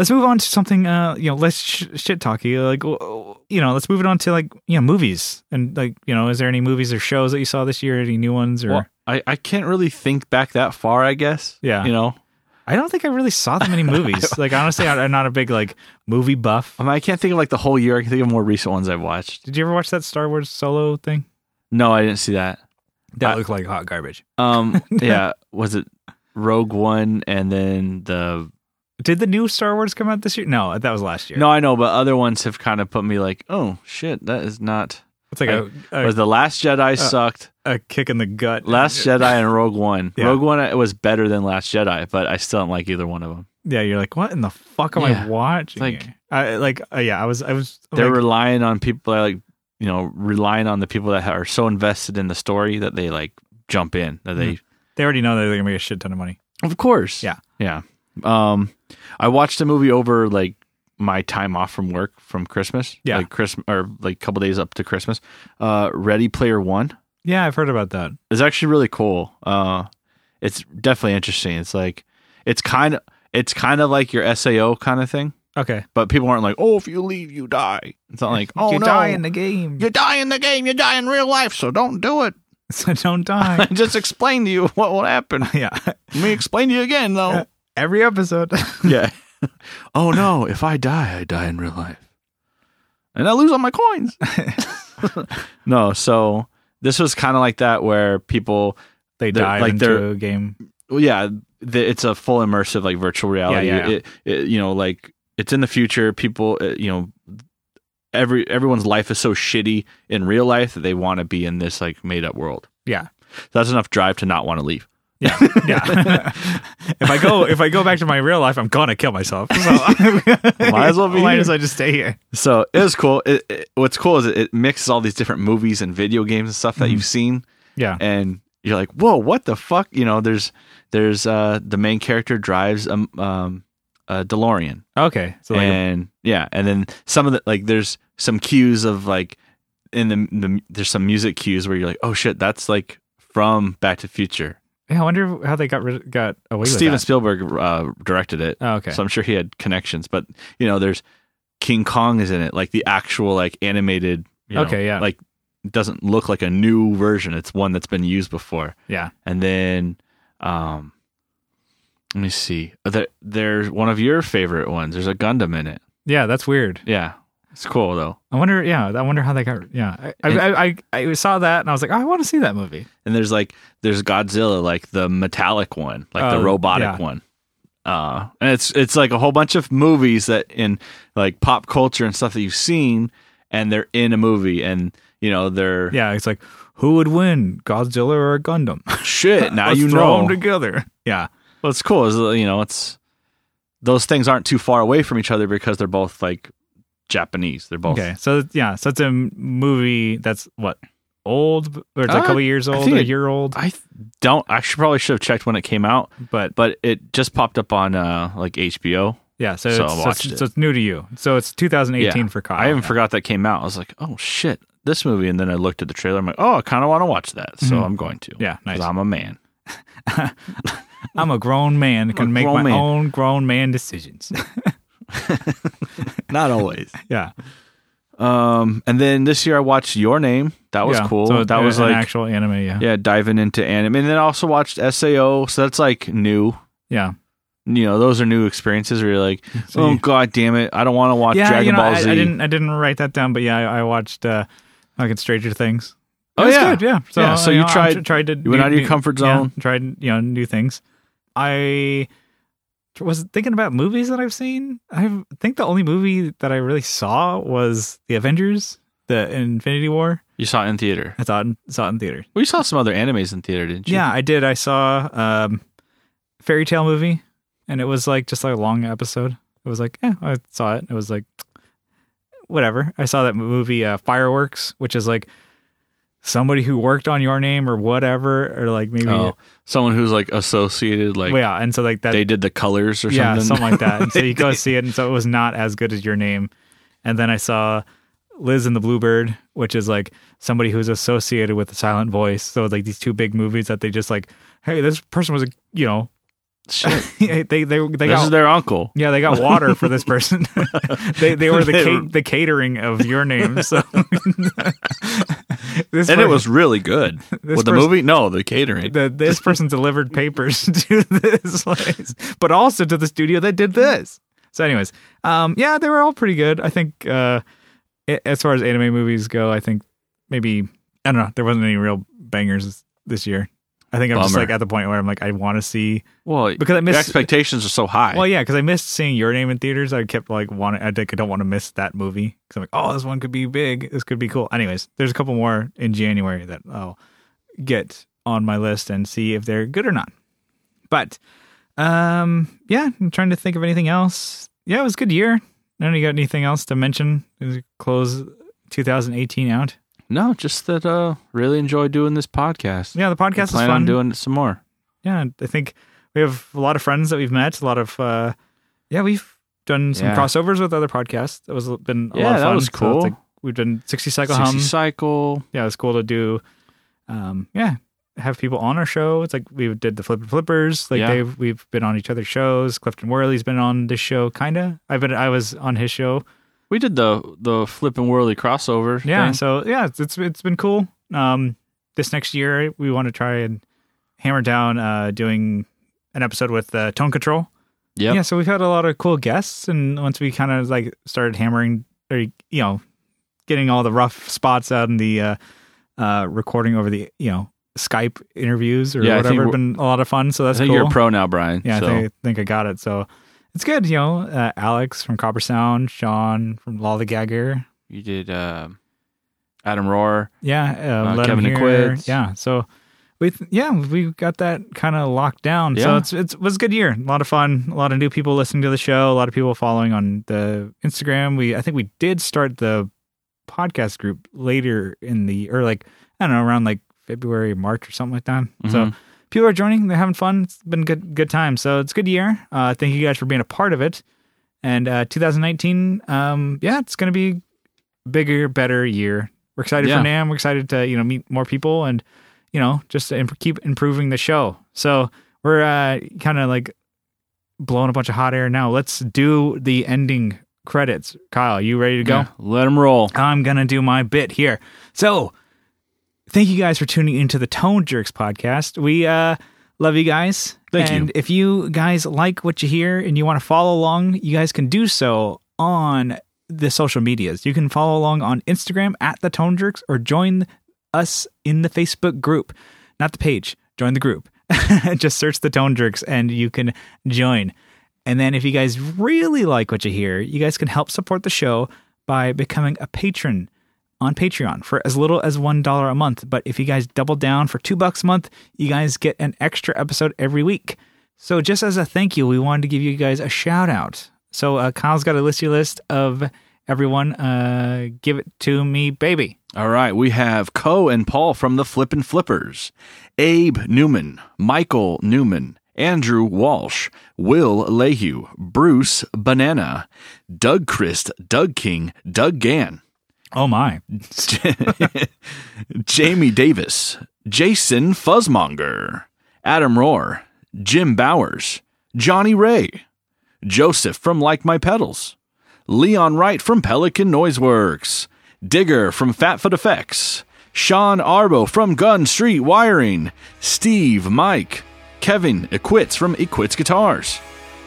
Speaker 1: let's move on to something uh, you know, less sh- shit talky. Like w- w- you know, let's move it on to like you know, movies and like you know, is there any movies or shows that you saw this year? Any new ones or?
Speaker 2: Well, I I can't really think back that far, I guess.
Speaker 1: Yeah.
Speaker 2: you know,
Speaker 1: I don't think I really saw that many movies. like honestly, *laughs* I- Um, I'm not a big like movie buff.
Speaker 2: I mean, I can't think of like the whole year. I can think of more recent ones I've watched.
Speaker 1: Did you ever watch that Star Wars solo thing?
Speaker 2: No, I didn't see that.
Speaker 1: That
Speaker 2: I-
Speaker 1: looked like hot garbage. *laughs*
Speaker 2: Um, yeah, was it Rogue One and then the?
Speaker 1: Did the new Star Wars come out this year? No, that was last year.
Speaker 2: No, I know, but other ones have kind of put me like, oh shit, that is not.
Speaker 1: It's like a a,
Speaker 2: Was the Last
Speaker 1: Uh,
Speaker 2: Jedi sucked?
Speaker 1: a kick in the gut.
Speaker 2: Last Jedi and Rogue One.
Speaker 1: Yeah.
Speaker 2: Rogue One uh, was better than Last Jedi, but I still don't like either one of them.
Speaker 1: yeah, you're like, what in the fuck am I
Speaker 2: Yeah.
Speaker 1: watching?
Speaker 2: Like-
Speaker 1: I like, uh, yeah, I was, I was.
Speaker 2: they're
Speaker 1: like,
Speaker 2: relying on people that like you know relying on the people that are so invested in the story that they like jump in that they
Speaker 1: they already know that they're gonna make a shit ton of money.
Speaker 2: Mm. of course
Speaker 1: Yeah.
Speaker 2: yeah um i watched a movie over like my time off from work from christmas
Speaker 1: Yeah.
Speaker 2: like christmas or like a couple days up to christmas uh ready player one
Speaker 1: Yeah, I've heard about that.
Speaker 2: is actually really cool uh it's definitely interesting it's like it's kind of it's kind of like your sao kind of thing
Speaker 1: Okay,
Speaker 2: but people aren't like oh if you leave you die it's not *laughs* like oh
Speaker 1: you
Speaker 2: no
Speaker 1: die in the game,
Speaker 2: you die in the game, you die in real life, so don't do it.
Speaker 1: *laughs* so don't die.
Speaker 2: *laughs* Just explain to you what will happen.
Speaker 1: yeah,
Speaker 2: Let me explain to you again, though.
Speaker 1: every episode.
Speaker 2: *laughs*
Speaker 1: *laughs*
Speaker 2: yeah. oh no, if I die, I die in real life. And I lose all my *laughs* coins. no, so this was kind of like that where people,
Speaker 1: they
Speaker 2: They're-
Speaker 1: dive
Speaker 2: like,
Speaker 1: into
Speaker 2: they're-
Speaker 1: a game.
Speaker 2: well, yeah, the, it's a full immersive like virtual reality.
Speaker 1: yeah, yeah.
Speaker 2: It, it, you know, like it's in the future. People, uh, you know, every everyone's life is so shitty in real life that they want to be in this like made up world. *laughs*
Speaker 1: Yeah,
Speaker 2: That's enough drive to not want to leave.
Speaker 1: yeah, yeah. *laughs* if I go, if I go back to my real life, I'm gonna kill myself. So
Speaker 2: *laughs*
Speaker 1: might
Speaker 2: as well
Speaker 1: *laughs*
Speaker 2: be
Speaker 1: Might
Speaker 2: here.
Speaker 1: as well just stay here.
Speaker 2: *laughs* So it was cool. It, it- what's cool is it, it mixes all these different movies and video games and stuff that you've
Speaker 1: Mm-hmm.
Speaker 2: seen,
Speaker 1: Yeah,
Speaker 2: and you're like, "Whoa, what the fuck?" You know, there's there's uh, the main character drives a, um, a DeLorean,
Speaker 1: okay. So like,
Speaker 2: and yeah, and then some of the like there's some cues of like in the, the there's some music cues where you're like, "Oh shit, that's like from Back to the Future."
Speaker 1: yeah, I wonder how they got rid, got away
Speaker 2: Steven
Speaker 1: with that.
Speaker 2: Spielberg uh, directed it.
Speaker 1: Oh, okay.
Speaker 2: So I'm sure he had connections, but you know, there's King Kong is in it, like the actual like animated. You know,
Speaker 1: Okay, yeah.
Speaker 2: Like doesn't look like a new version. It's one that's been used before.
Speaker 1: yeah,
Speaker 2: And then, um, Let me see. There, there's one of your favorite ones. There's a Gundam in it.
Speaker 1: Yeah, that's weird.
Speaker 2: Yeah, it's cool though.
Speaker 1: I wonder. Yeah, I wonder how they got. Yeah, I I, I, I, I saw that and I was like, oh, I want to see that movie.
Speaker 2: And there's like there's Godzilla, like the metallic one, like
Speaker 1: Oh,
Speaker 2: the
Speaker 1: yeah.
Speaker 2: robotic one. Uh, and it's it's like a whole bunch of movies that in like pop culture and stuff that you've seen, and they're in a movie, and you know they're
Speaker 1: Yeah, it's like who would win, Godzilla or Gundam? *laughs*
Speaker 2: *laughs* shit. Now
Speaker 1: Let's
Speaker 2: you
Speaker 1: throw them
Speaker 2: know.
Speaker 1: together. Yeah,
Speaker 2: well, it's cool. Is you know it's those things aren't too far away from each other because they're both like Japanese. They're both
Speaker 1: Okay, so yeah, so it's a movie that's what old or it's a
Speaker 2: Uh,
Speaker 1: couple years
Speaker 2: I
Speaker 1: old,
Speaker 2: think
Speaker 1: a
Speaker 2: it-
Speaker 1: year old,
Speaker 2: I th- don't. I should probably should have checked when it came out,
Speaker 1: but
Speaker 2: but it just popped up on uh like HBO.
Speaker 1: yeah, so
Speaker 2: so I
Speaker 1: it's, so,
Speaker 2: watched
Speaker 1: it's,
Speaker 2: it.
Speaker 1: so it's new to you. So it's 2018
Speaker 2: Yeah.
Speaker 1: for Kyle.
Speaker 2: I even forgot that came out. I was like, oh shit, this movie. And then I looked at the trailer. I'm like, oh, I kind of want to watch that, so
Speaker 1: Mhm.
Speaker 2: I'm going to.
Speaker 1: Yeah, nice.
Speaker 2: 'Cause I'm a man.
Speaker 1: I'm a grown man that
Speaker 2: I'm a
Speaker 1: can make
Speaker 2: grown
Speaker 1: my
Speaker 2: man.
Speaker 1: own grown man decisions.
Speaker 2: *laughs*
Speaker 1: *laughs*
Speaker 2: Not always.
Speaker 1: yeah,
Speaker 2: um, and then this year I watched Your Name. That was
Speaker 1: Yeah,
Speaker 2: cool.
Speaker 1: So
Speaker 2: that
Speaker 1: a-
Speaker 2: was
Speaker 1: an
Speaker 2: like
Speaker 1: actual anime. Yeah, yeah,
Speaker 2: yeah, diving into anime. And then I also watched Sao. So that's like new.
Speaker 1: yeah.
Speaker 2: You know, those are new experiences where you're like,
Speaker 1: So
Speaker 2: oh
Speaker 1: you-
Speaker 2: god damn it, I don't want to watch Dragon
Speaker 1: you know,
Speaker 2: Ball
Speaker 1: I,
Speaker 2: Z.
Speaker 1: I didn't, I didn't write that down, but yeah, I, I watched uh, fucking Stranger Things.
Speaker 2: Oh,
Speaker 1: It was
Speaker 2: yeah.
Speaker 1: good, yeah. So,
Speaker 2: Yeah, so you
Speaker 1: know, I
Speaker 2: tried-
Speaker 1: tr- tried to
Speaker 2: you went
Speaker 1: new-
Speaker 2: out of your
Speaker 1: new-
Speaker 2: comfort
Speaker 1: yeah,
Speaker 2: zone.
Speaker 1: tried you know new things. I tr- was thinking about movies that I've seen. I think the only movie that I really saw was the Avengers, the Infinity War.
Speaker 2: You saw it in theater.
Speaker 1: I saw it in, saw it in theaters.
Speaker 2: Well, you saw some other animes in theater, didn't you?
Speaker 1: Yeah, I did. I saw um fairy tale movie, and it was like just like a long episode. It was like, eh, I saw it. It was like, whatever. I saw that movie uh, Fireworks, which is like somebody who worked on Your Name or whatever, or like maybe
Speaker 2: Oh, someone who's like associated, like
Speaker 1: yeah. And so like that,
Speaker 2: they did the colors or
Speaker 1: yeah,
Speaker 2: something. *laughs*
Speaker 1: something like that. And so you go see it, and so it was not as good as Your Name. And then I saw Liz and the Bluebird, which is like somebody who's associated with the Silent Voice. So it's like these two big movies that they just like, hey, this person was a you know
Speaker 2: Shit.
Speaker 1: *laughs* they they they
Speaker 2: this
Speaker 1: got
Speaker 2: is their uncle.
Speaker 1: yeah they
Speaker 2: *laughs*
Speaker 1: got water for this person. they they were the
Speaker 2: They
Speaker 1: ca-
Speaker 2: were-
Speaker 1: the catering of your name.
Speaker 2: *laughs*
Speaker 1: So this
Speaker 2: And
Speaker 1: per-
Speaker 2: it was
Speaker 1: *laughs*
Speaker 2: really good. With the
Speaker 1: person-
Speaker 2: movie? No, the catering.
Speaker 1: the,
Speaker 2: *laughs*
Speaker 1: this person delivered papers *laughs* to this place, but also to the studio that did this. So, anyways, um, yeah, they were all pretty good. I think uh, a- as far as anime movies go, I think maybe I don't know. There wasn't any real bangers this- this year. I think I'm just
Speaker 2: Bummer.
Speaker 1: like at the point where I'm like I want to see
Speaker 2: well,
Speaker 1: because I
Speaker 2: your
Speaker 1: missed
Speaker 2: expectations are so high.
Speaker 1: Well, yeah, because I missed seeing your name in theaters. I kept like wanting. I think I don't want to miss that movie because I'm like, oh, this one could be big. This could be cool. Anyways, there's a couple more in January that I'll get on my list and see if they're good or not. But um, yeah, I'm trying to think of anything else. Yeah, it was a good year. I don't know, you got anything else to mention? As we Close 2018 out.
Speaker 2: no, just that uh really enjoy doing this podcast.
Speaker 1: Yeah, the podcast is
Speaker 2: Plan
Speaker 1: fun.
Speaker 2: on doing it some more.
Speaker 1: yeah, I think we have a lot of friends that we've met. A lot of uh, yeah, we've done some
Speaker 2: Yeah.
Speaker 1: crossovers with other podcasts. That was been a
Speaker 2: Yeah,
Speaker 1: lot of
Speaker 2: that
Speaker 1: fun.
Speaker 2: was
Speaker 1: it's
Speaker 2: cool.
Speaker 1: like we've done sixty cycle
Speaker 2: 60
Speaker 1: hums.
Speaker 2: cycle.
Speaker 1: Yeah, it's cool to do. Um, yeah, have people on our show. It's like we did the Flipper Flippers. Like
Speaker 2: Yeah.
Speaker 1: they've we've been on each other's shows. Clifton Worley's been on this show, kinda. I've been I was on his show.
Speaker 2: We did the the flip and whirly crossover.
Speaker 1: Yeah,
Speaker 2: thing.
Speaker 1: so yeah, it's, it's it's been cool. Um, this next year we want to try and hammer down uh doing an episode with uh, Tone Control.
Speaker 2: Yep.
Speaker 1: Yeah, so we've had a lot of cool guests, and once we kind of like started hammering, or you know, getting all the rough spots out in the uh, uh, recording over the you know Skype interviews or
Speaker 2: Yeah, I think
Speaker 1: whatever,
Speaker 2: we're-
Speaker 1: been a lot of fun. So
Speaker 2: I
Speaker 1: that's
Speaker 2: think
Speaker 1: cool.
Speaker 2: you're a pro now, Brian.
Speaker 1: yeah,
Speaker 2: so.
Speaker 1: I, think, I think I got it. So it's good, you know. Uh, Alex from Copper Sound, Sean from Lollygagger,
Speaker 2: You did um Adam Rohr.
Speaker 1: yeah, uh,
Speaker 2: Uh,
Speaker 1: let 'em
Speaker 2: Kevin
Speaker 1: hear.
Speaker 2: Acquids.
Speaker 1: yeah. So we th- yeah we got that kind of locked down. So
Speaker 2: Yeah.
Speaker 1: it's it's it was a good year. A lot of fun. A lot of new people listening to the show. A lot of people following on the Instagram. We I think we did start the podcast group later in the or like I don't know around like February March or something like that. So
Speaker 2: Mhm.
Speaker 1: people are joining. They're having fun. It's been good good time. So it's a good year. Uh, thank you guys for being a part of it. And uh, 2019, um, yeah, it's gonna be bigger, better year. We're excited
Speaker 2: Yeah.
Speaker 1: for Nam. We're excited to you know meet more people and you know just to imp- keep improving the show. So we're uh, kind of like blowing a bunch of hot air now. Let's do the ending credits. Kyle, you ready to go?
Speaker 2: Yeah. Let him roll.
Speaker 1: I'm going to do my bit here. So, thank you guys for tuning into the Tone Jerks podcast. We uh Love you guys.
Speaker 2: Thank you.
Speaker 1: and if you guys like what you hear and you want to follow along, you guys can do so on the social medias. You can follow along on Instagram at the Tone Jerks or join us in the Facebook group. Not the page, join the group. *laughs* Just search the Tone Jerks and you can join. And then if you guys really like what you hear, you guys can help support the show by becoming a patron on Patreon for as little as $1 a month. But if you guys double down for 2 bucks a month, you guys get an extra episode every week. So just as a thank you, we wanted to give you guys a shout out. So uh, Kyle's got a listy list of everyone. Uh, give it to me, baby.
Speaker 2: All right, we have Co and Paul from the Flippin' Flippers, Abe Newman, Michael Newman, Andrew Walsh, Will Lehue, Bruce Banana, Doug Christ, Doug King, Doug Gann,
Speaker 1: Oh my.
Speaker 2: Jamie Davis, Jason Fuzzmonger, Adam Rohr, Jim Bowers, Johnny Ray, Joseph from Like My Pedals, Leon Wright from Pelican Noise Works, Digger from Fatfoot Effects, Sean Arbo from Gun Street Wiring, Steve Mike, Kevin Equits from Equits Guitars,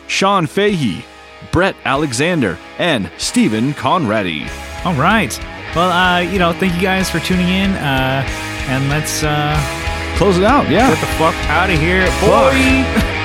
Speaker 2: Sean Fahey, Brett Alexander, and Stephen Conradi.
Speaker 1: *laughs* All right. Well, uh, you know, thank you guys for tuning in. Uh, and let's uh,
Speaker 2: Close it out, yeah.
Speaker 1: get the fuck out of here, boy.
Speaker 2: Fuck.